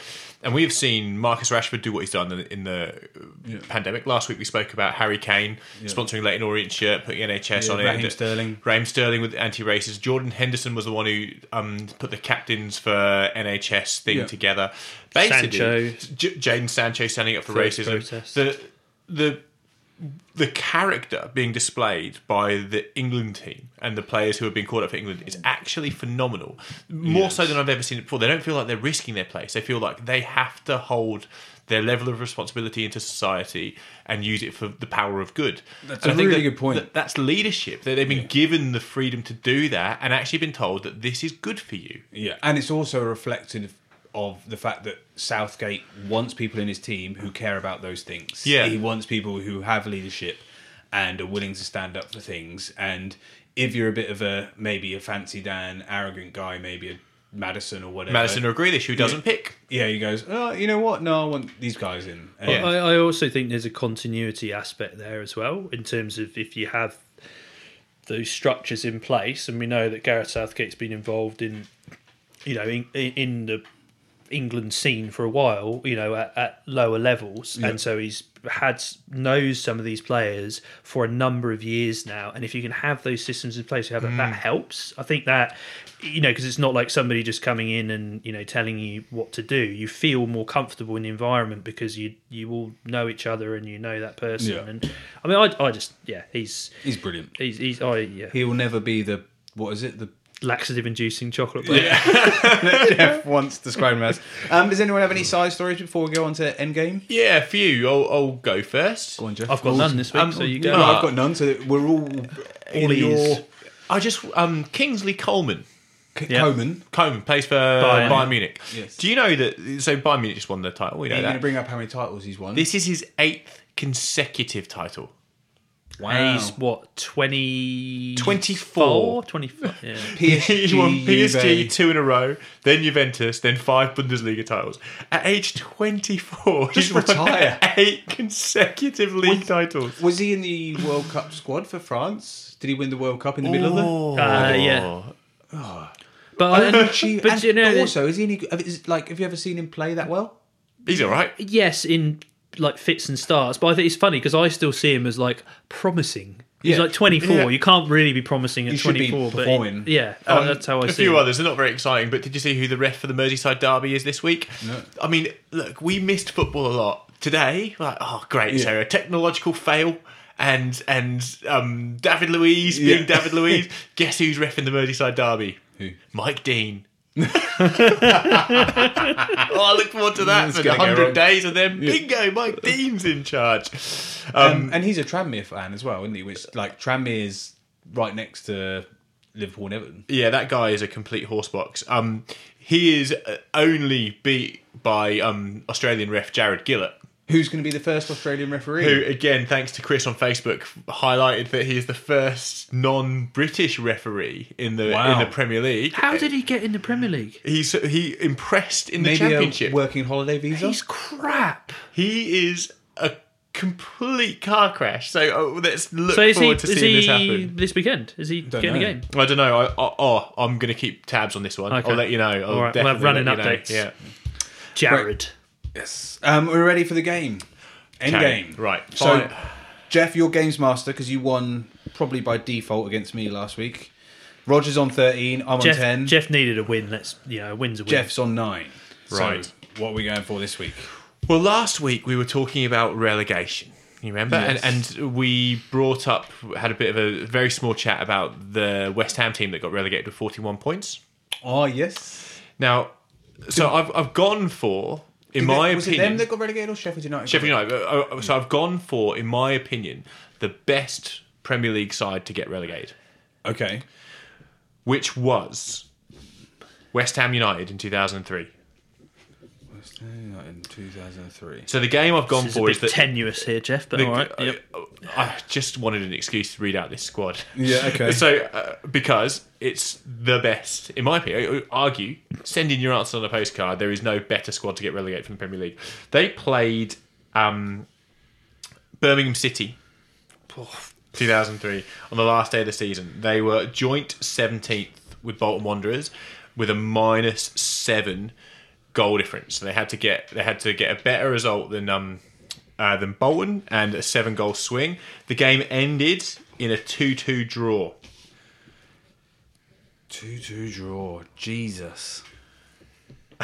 B: And we have seen Marcus Rashford do what he's done in, in the uh, pandemic. Last week we spoke about Harry Kane sponsoring Leighton Orient shirt, putting NHS
A: Yeah,
B: on it.
A: Raheem
B: and-
A: Sterling.
B: Raheem Sterling with anti-racist. Jordan Henderson was the one who um, put the captains for NHS thing
A: Yeah.
B: together. Basically,
C: Sancho.
B: J- Jaden Sancho standing up for
C: First
B: racism.
C: protest.
B: The the the character being displayed by the England team and the players who have been called up for England
A: Mm.
B: is actually phenomenal. More so than I've ever seen it before. They don't feel like they're risking their place. They feel like they have to hold their level of responsibility into society and use it for the power of good.
A: That's
B: And
A: a really good point.
B: that- that's leadership. That they've been given the freedom to do that and actually been told that this is good for you.
A: Yeah, and it's also reflective of the fact that Southgate wants people in his team who care about those things.
B: Yeah.
A: he wants people who have leadership and are willing to stand up for things. And if you're a bit of a maybe a fancy Dan, arrogant guy, maybe a Madison or whatever,
B: Madison or Grealish, who doesn't pick.
A: yeah, he goes, oh, you know what? No, I want these guys in. And-
B: Yeah.
C: I, I also think there's a continuity aspect there as well in terms of if you have those structures in place, and we know that Gareth Southgate's been involved in, you know, in, in the England scene for a while, you know, at, at lower levels, and so he's had knows some of these players for a number of years now. And if you can have those systems in place, you have that, that
A: Mm.
C: helps. I think that you know because it's not like somebody just coming in and you know telling you what to do. You feel more comfortable in the environment because you you all know each other and you know that person.
A: Yeah.
C: And I mean, I, I just yeah, he's
A: He's brilliant.
C: he's he's I yeah,
A: He will never be the what is it the
C: laxative inducing chocolate. bar.
A: Jeff once described him as. Um, does anyone have any side stories before we go on to Endgame?
B: Yeah, a few. I'll, I'll go first.
A: Go on, Jeff. Um,
C: I've got none this week, so you go. Uh,
A: No, I've got none. So we're all, in
C: ears.
A: your
B: I just um, Kingsley Coleman.
A: C-
C: Yeah.
A: Coman.
B: Coleman plays for
C: Bayern.
B: Bayern, Munich.
A: Yes.
B: Do you know that? So Bayern Munich just won the title. We
A: Are
B: know
A: you going to
B: that.
A: bring up how many titles he's won?
B: This is his eighth consecutive title.
A: wow.
B: Oh.
C: He's what 20
B: 24.
C: 24 yeah.
A: PSG,
B: He won PSG
A: Juve.
B: two in a row, then Juventus, then five Bundesliga titles. At age 24,
A: Just
B: he's won
A: retire.
B: eight consecutive league titles.
A: Was he in the World Cup squad for France? Did he win the World Cup in the middle of it?
C: Uh, yeah. But, um,
A: Gee,
C: but
A: and
C: you know,
A: also, is he any, have- is, like? Have you ever seen him play that well?
B: He's all right.
C: yes, in like fits and starts. But I think it's funny because I still see him as like promising. He's
A: Yeah.
C: like 24.
B: Yeah.
C: You can't really be promising at
A: should be
C: 24. but
A: performing.
C: yeah, oh, that's how I
B: Um, a
C: see.
B: few
C: him.
B: others. They're not very exciting, but did you see who the ref for the Merseyside derby is this week?
A: No.
B: I mean, look, we missed football a lot today. We're like, oh, great, so a technological fail. And and um, David Luiz being
A: Yeah.
B: David Luiz. Guess who's ref in the Merseyside derby?
A: Who?
B: Mike Dean. oh, I look forward to that
A: It's
B: for the
A: gonna go wrong.
B: hundred days, and then bingo, Mike Dean's in charge. Um,
A: Um, and he's a Tranmere fan as well, isn't he? Which like Tranmere's right next to Liverpool and Everton.
B: Yeah, that guy is a complete horsebox. Um, he is uh, only beat by um, Australian ref Jared Gillett,
A: Who's going to be the first Australian referee?
B: who, again, thanks to Chris on Facebook, highlighted that he is the first non-British referee in the
A: Wow.
B: in the Premier League.
C: How did he get in the Premier League?
B: He's he impressed in the
A: Maybe
B: championship.
A: a working holiday visa.
C: He's crap.
B: he is a complete car crash. So oh, let's look
C: So is he?
B: forward to
C: Is
B: seeing this
C: he
B: happen.
C: this, weekend? Is he getting the
A: know.
C: game?
B: I don't know. I, I, oh, I'm going to keep tabs on this one.
C: Okay.
B: I'll let you know. I'll
C: All right, we'll have
B: definitely
C: running
B: let you know.
C: updates. Jared.
A: Yes. Um, we're ready for the game. End
B: Okay,
A: game.
B: right,
A: So,
B: fine.
A: Jeff, you're games master because you won probably by default against me last week. Roger's on 13. I'm
C: Jeff,
A: on 10.
C: Jeff needed a win. Let's you know, a win's a win.
A: Jeff's on 9. So,
B: Right.
A: what are we going for this week?
B: Well, last week we were talking about relegation. You remember,
A: Yes.
B: and, and we brought up had a bit of a very small chat about the West Ham team that got relegated with forty one points.
A: Oh, yes.
B: Now, so I've I've gone for, in
A: Did
B: my
A: they- was
B: opinion,
A: it them that got relegated or Sheffield United?
B: Sheffield United. uh, uh, So I've gone for, in my opinion, the best Premier League side to get relegated,
A: Okay.
B: which was West Ham United in two thousand and three.
A: was that in 2003.
B: So the game I've gone
C: It's a
B: for
C: bit
B: is that
C: tenuous here, Jeff, but
B: the-
C: all right.
B: I,
C: Yep.
B: I just wanted an excuse to read out this squad.
A: Yeah, okay.
B: So uh, because it's the best, in my opinion, I would argue. Send in your answer on a postcard. There is no better squad to get relegated from the Premier League. They played um, Birmingham City. 2003 on the last day of the season they were joint 17th with bolton wanderers with a minus seven goal difference so they had to get they had to get a better result than um uh, than bolton and a seven goal swing the game ended in a 2-2 draw
A: 2 2 draw. Jesus.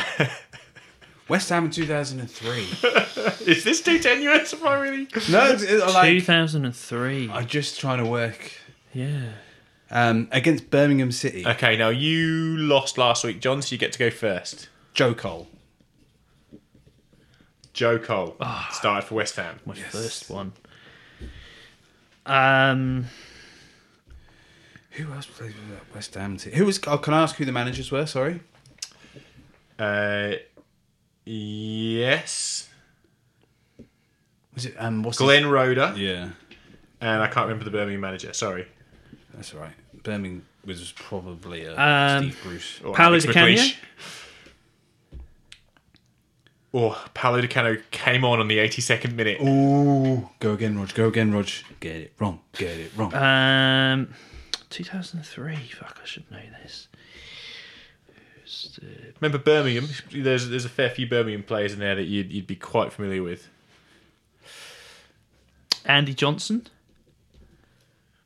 A: West Ham in 2003.
B: is this too tenuous am i really
A: no, it's, it's like.
C: 2003.
A: I'm just trying to work.
C: yeah.
A: Um, against Birmingham City,
B: okay now you lost last week john so you get to go first
A: Joe Cole.
B: joe cole started for west ham
C: My first one. Um,
A: Who else played for that West Ham team? Who was? Oh, can I ask who the managers were? Sorry.
B: uh, yes
A: Was it um? What's his-
B: glenn roder
A: Yeah,
B: and I can't remember the Birmingham manager. Sorry,
A: that's all right. Birmingham was probably a
C: Um,
A: Steve Bruce.
B: or
C: Paolo
B: Alex
C: Di Canio?
B: McLeish. Or Paolo Di Canio came on on the 82nd minute.
A: Ooh, go again, Rog. Go again, Rog. Get it wrong. Get it
B: Uh,
A: wrong.
C: um, 2003. Fuck, I should know this. Who's the-
B: Remember Birmingham? There's there's a fair few Birmingham players in there that you'd you'd be quite familiar with.
C: Andy Johnson?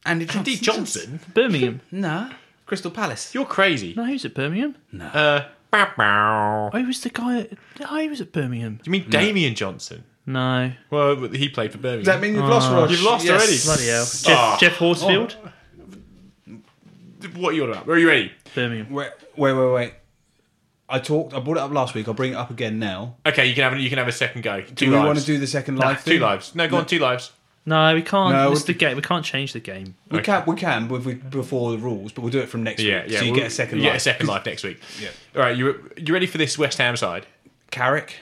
A: Andy Oh, Johnson.
B: Andy Johnson,
C: Birmingham.
A: Nah. Crystal Palace.
B: you're crazy.
C: no, he was at Birmingham.
B: Uh, bow, bow.
C: Oh, he was the guy. At, oh, he was at Birmingham.
B: you mean Damien Johnson?
C: No.
B: Well, he played for Birmingham.
A: Does that mean you've lost, Rog?
B: You've lost
C: Bloody hell. Jeff,
B: Ah.
C: Jeff Horsfield?
A: Oh.
B: what are you on about? Are you ready?
C: Birmingham.
A: Wait, wait, wait, wait. I talked. I brought it up last week. I'll bring it up again now.
B: Okay, you can have a, you can have a second go. Two
A: Do we
B: lives.
A: want to do the second live thing?
B: two lives? No, go on, two lives.
C: No, we can't.
A: No,
C: it's
A: we-
C: the game. We can't change the game.
A: We can. We can. But we, before the rules, but we'll do it from next
B: Yeah,
A: week.
B: yeah.
A: So you
B: we'll-
A: get a second.
B: You
A: live.
B: get a second life next week.
A: Yeah.
B: All right. You you ready for this West Ham side?
A: Carrick.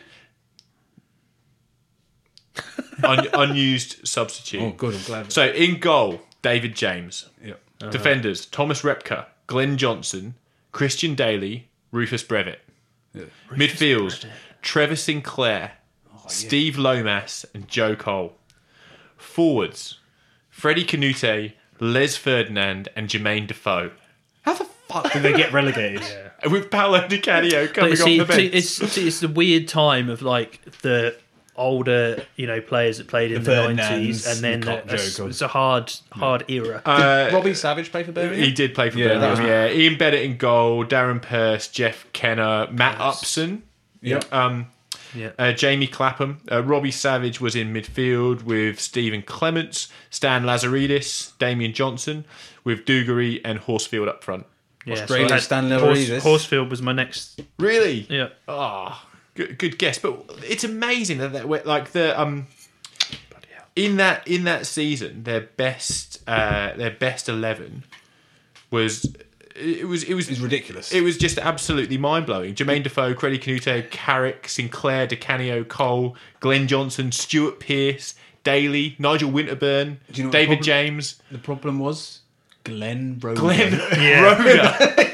B: Un, unused substitute.
A: Oh, good. I'm glad.
B: So in goal, David James.
A: Yep.
B: Defenders: Thomas Repka, Glenn Johnson, Christian Daly, Rufus Brevitt.
A: Yeah.
B: Midfield: Trevor Sinclair, Steve Lomas, and Joe Cole. Forwards: Freddie Canute, Les Ferdinand, and Jermaine Defoe.
A: How the fuck did
D: They get relegated. yeah.
B: And With Paolo Di Canio coming
C: But see,
B: off the bench.
C: see, it's see, it's the weird time of like the older you know players that played in
A: The
C: the nineties,
A: Ferdinands,
C: and then
A: the Cop-
C: the, it's,
A: Joe
C: it's a hard hard era.
B: Uh,
A: Robbie Savage play for Birmingham?
B: He did play for
A: Yeah, that
B: Birmingham.
A: was-
B: yeah, Ian Bennett in goal, Darren Pearce, Jeff Kenner, Matt Upson,
A: Yep.
B: um,
C: yeah.
B: uh, Jamie Clapham, uh, Robbie Savage was in midfield with Stephen Clements, Stan Lazaridis, Damian Johnson, with Dugery and Horsefield up front.
C: yeah,
A: Australia,
C: I had
A: Stan Leveridis.
C: Horsfield was my next.
B: Really?
C: Yeah,
B: Ah, good, good guess. But it's amazing that, that we're- like the um in that in that season, their best uh their best eleven was it was it was
A: It's ridiculous.
B: It was just absolutely mind blowing. Jermaine Defoe, Freddie Canute, Carrick, Sinclair, DeCanio, Cole, Glenn Johnson, Stuart Pearce, Daly, Nigel Winterburn,
A: you know what the
B: David
A: problem-
B: James,
A: the problem was Glenn Rowan.
B: Glenn
C: Yeah.
B: Roder.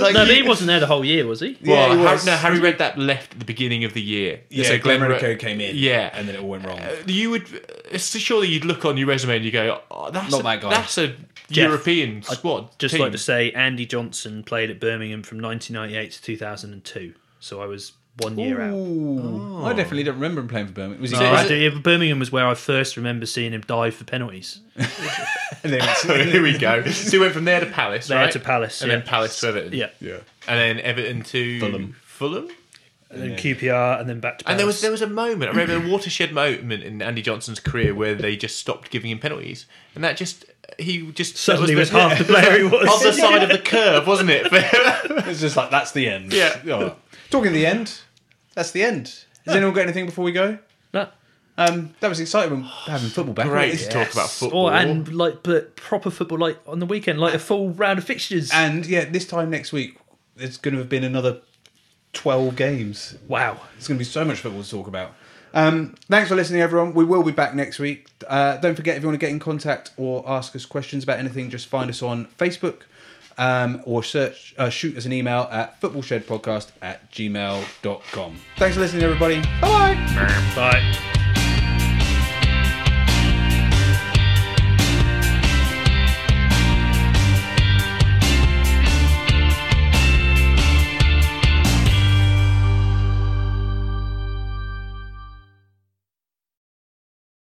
B: like,
C: no, but
B: you-
C: he wasn't there the whole year, was he?
A: Yeah,
B: well,
A: he
B: Harry,
A: was.
B: no, Harry read that left at the beginning of the year.
A: Yeah, Glenn,
B: Ro-
A: Rowan came in.
B: Yeah.
A: and then it all went wrong.
B: you would uh, so surely you'd look on your resume and you go, oh, that's
A: Not
B: a,
A: that guy.
B: That's a
C: Jeff,
B: European squad.
C: Just
B: team.
C: like to say, Andy Johnson played at Birmingham from 1998 to 2002, so I was one year out.
A: Ooh.
B: oh.
A: I definitely don't remember him playing for Birmingham. Was he?
B: So-
C: I do, yeah, Birmingham was where I first remember seeing him dive for penalties.
A: And then it's-
B: So here we go. So he went from there to Palace,
C: There
B: right?
C: to Palace,
B: and
C: yeah.
B: then Palace to Everton,
C: Yeah,
A: yeah.
B: and then Everton to
A: Fulham.
B: Fulham,
C: and then QPR, and then back to. Palace.
B: and there was there was a moment. I remember a watershed moment in Andy Johnson's career where they just stopped giving him penalties, and that just he just that
C: suddenly was,
B: the-
C: half the player he was.
B: on the side of the curve, wasn't it?
A: It's just like that's the end.
B: Yeah.
A: Oh. Talking of the end, that's the end. Has anyone got anything before we go?
C: No.
A: Um, that was exciting having football back.
B: Great
A: It's-
B: to talk about football.
C: Or and like but proper football like on the weekend, like a full round of fixtures.
A: And yeah, this time next week, there's going to have been another 12 games.
C: Wow.
A: It's going to be so much football to talk about. Um, thanks for listening, everyone. We will be back next week. Uh, don't forget, if you want to get in contact or ask us questions about anything, just find us on Facebook um, or search, uh, shoot us an email at footballshedpodcast at gmail.com. Thanks for listening, everybody. Bye bye.
C: Bye.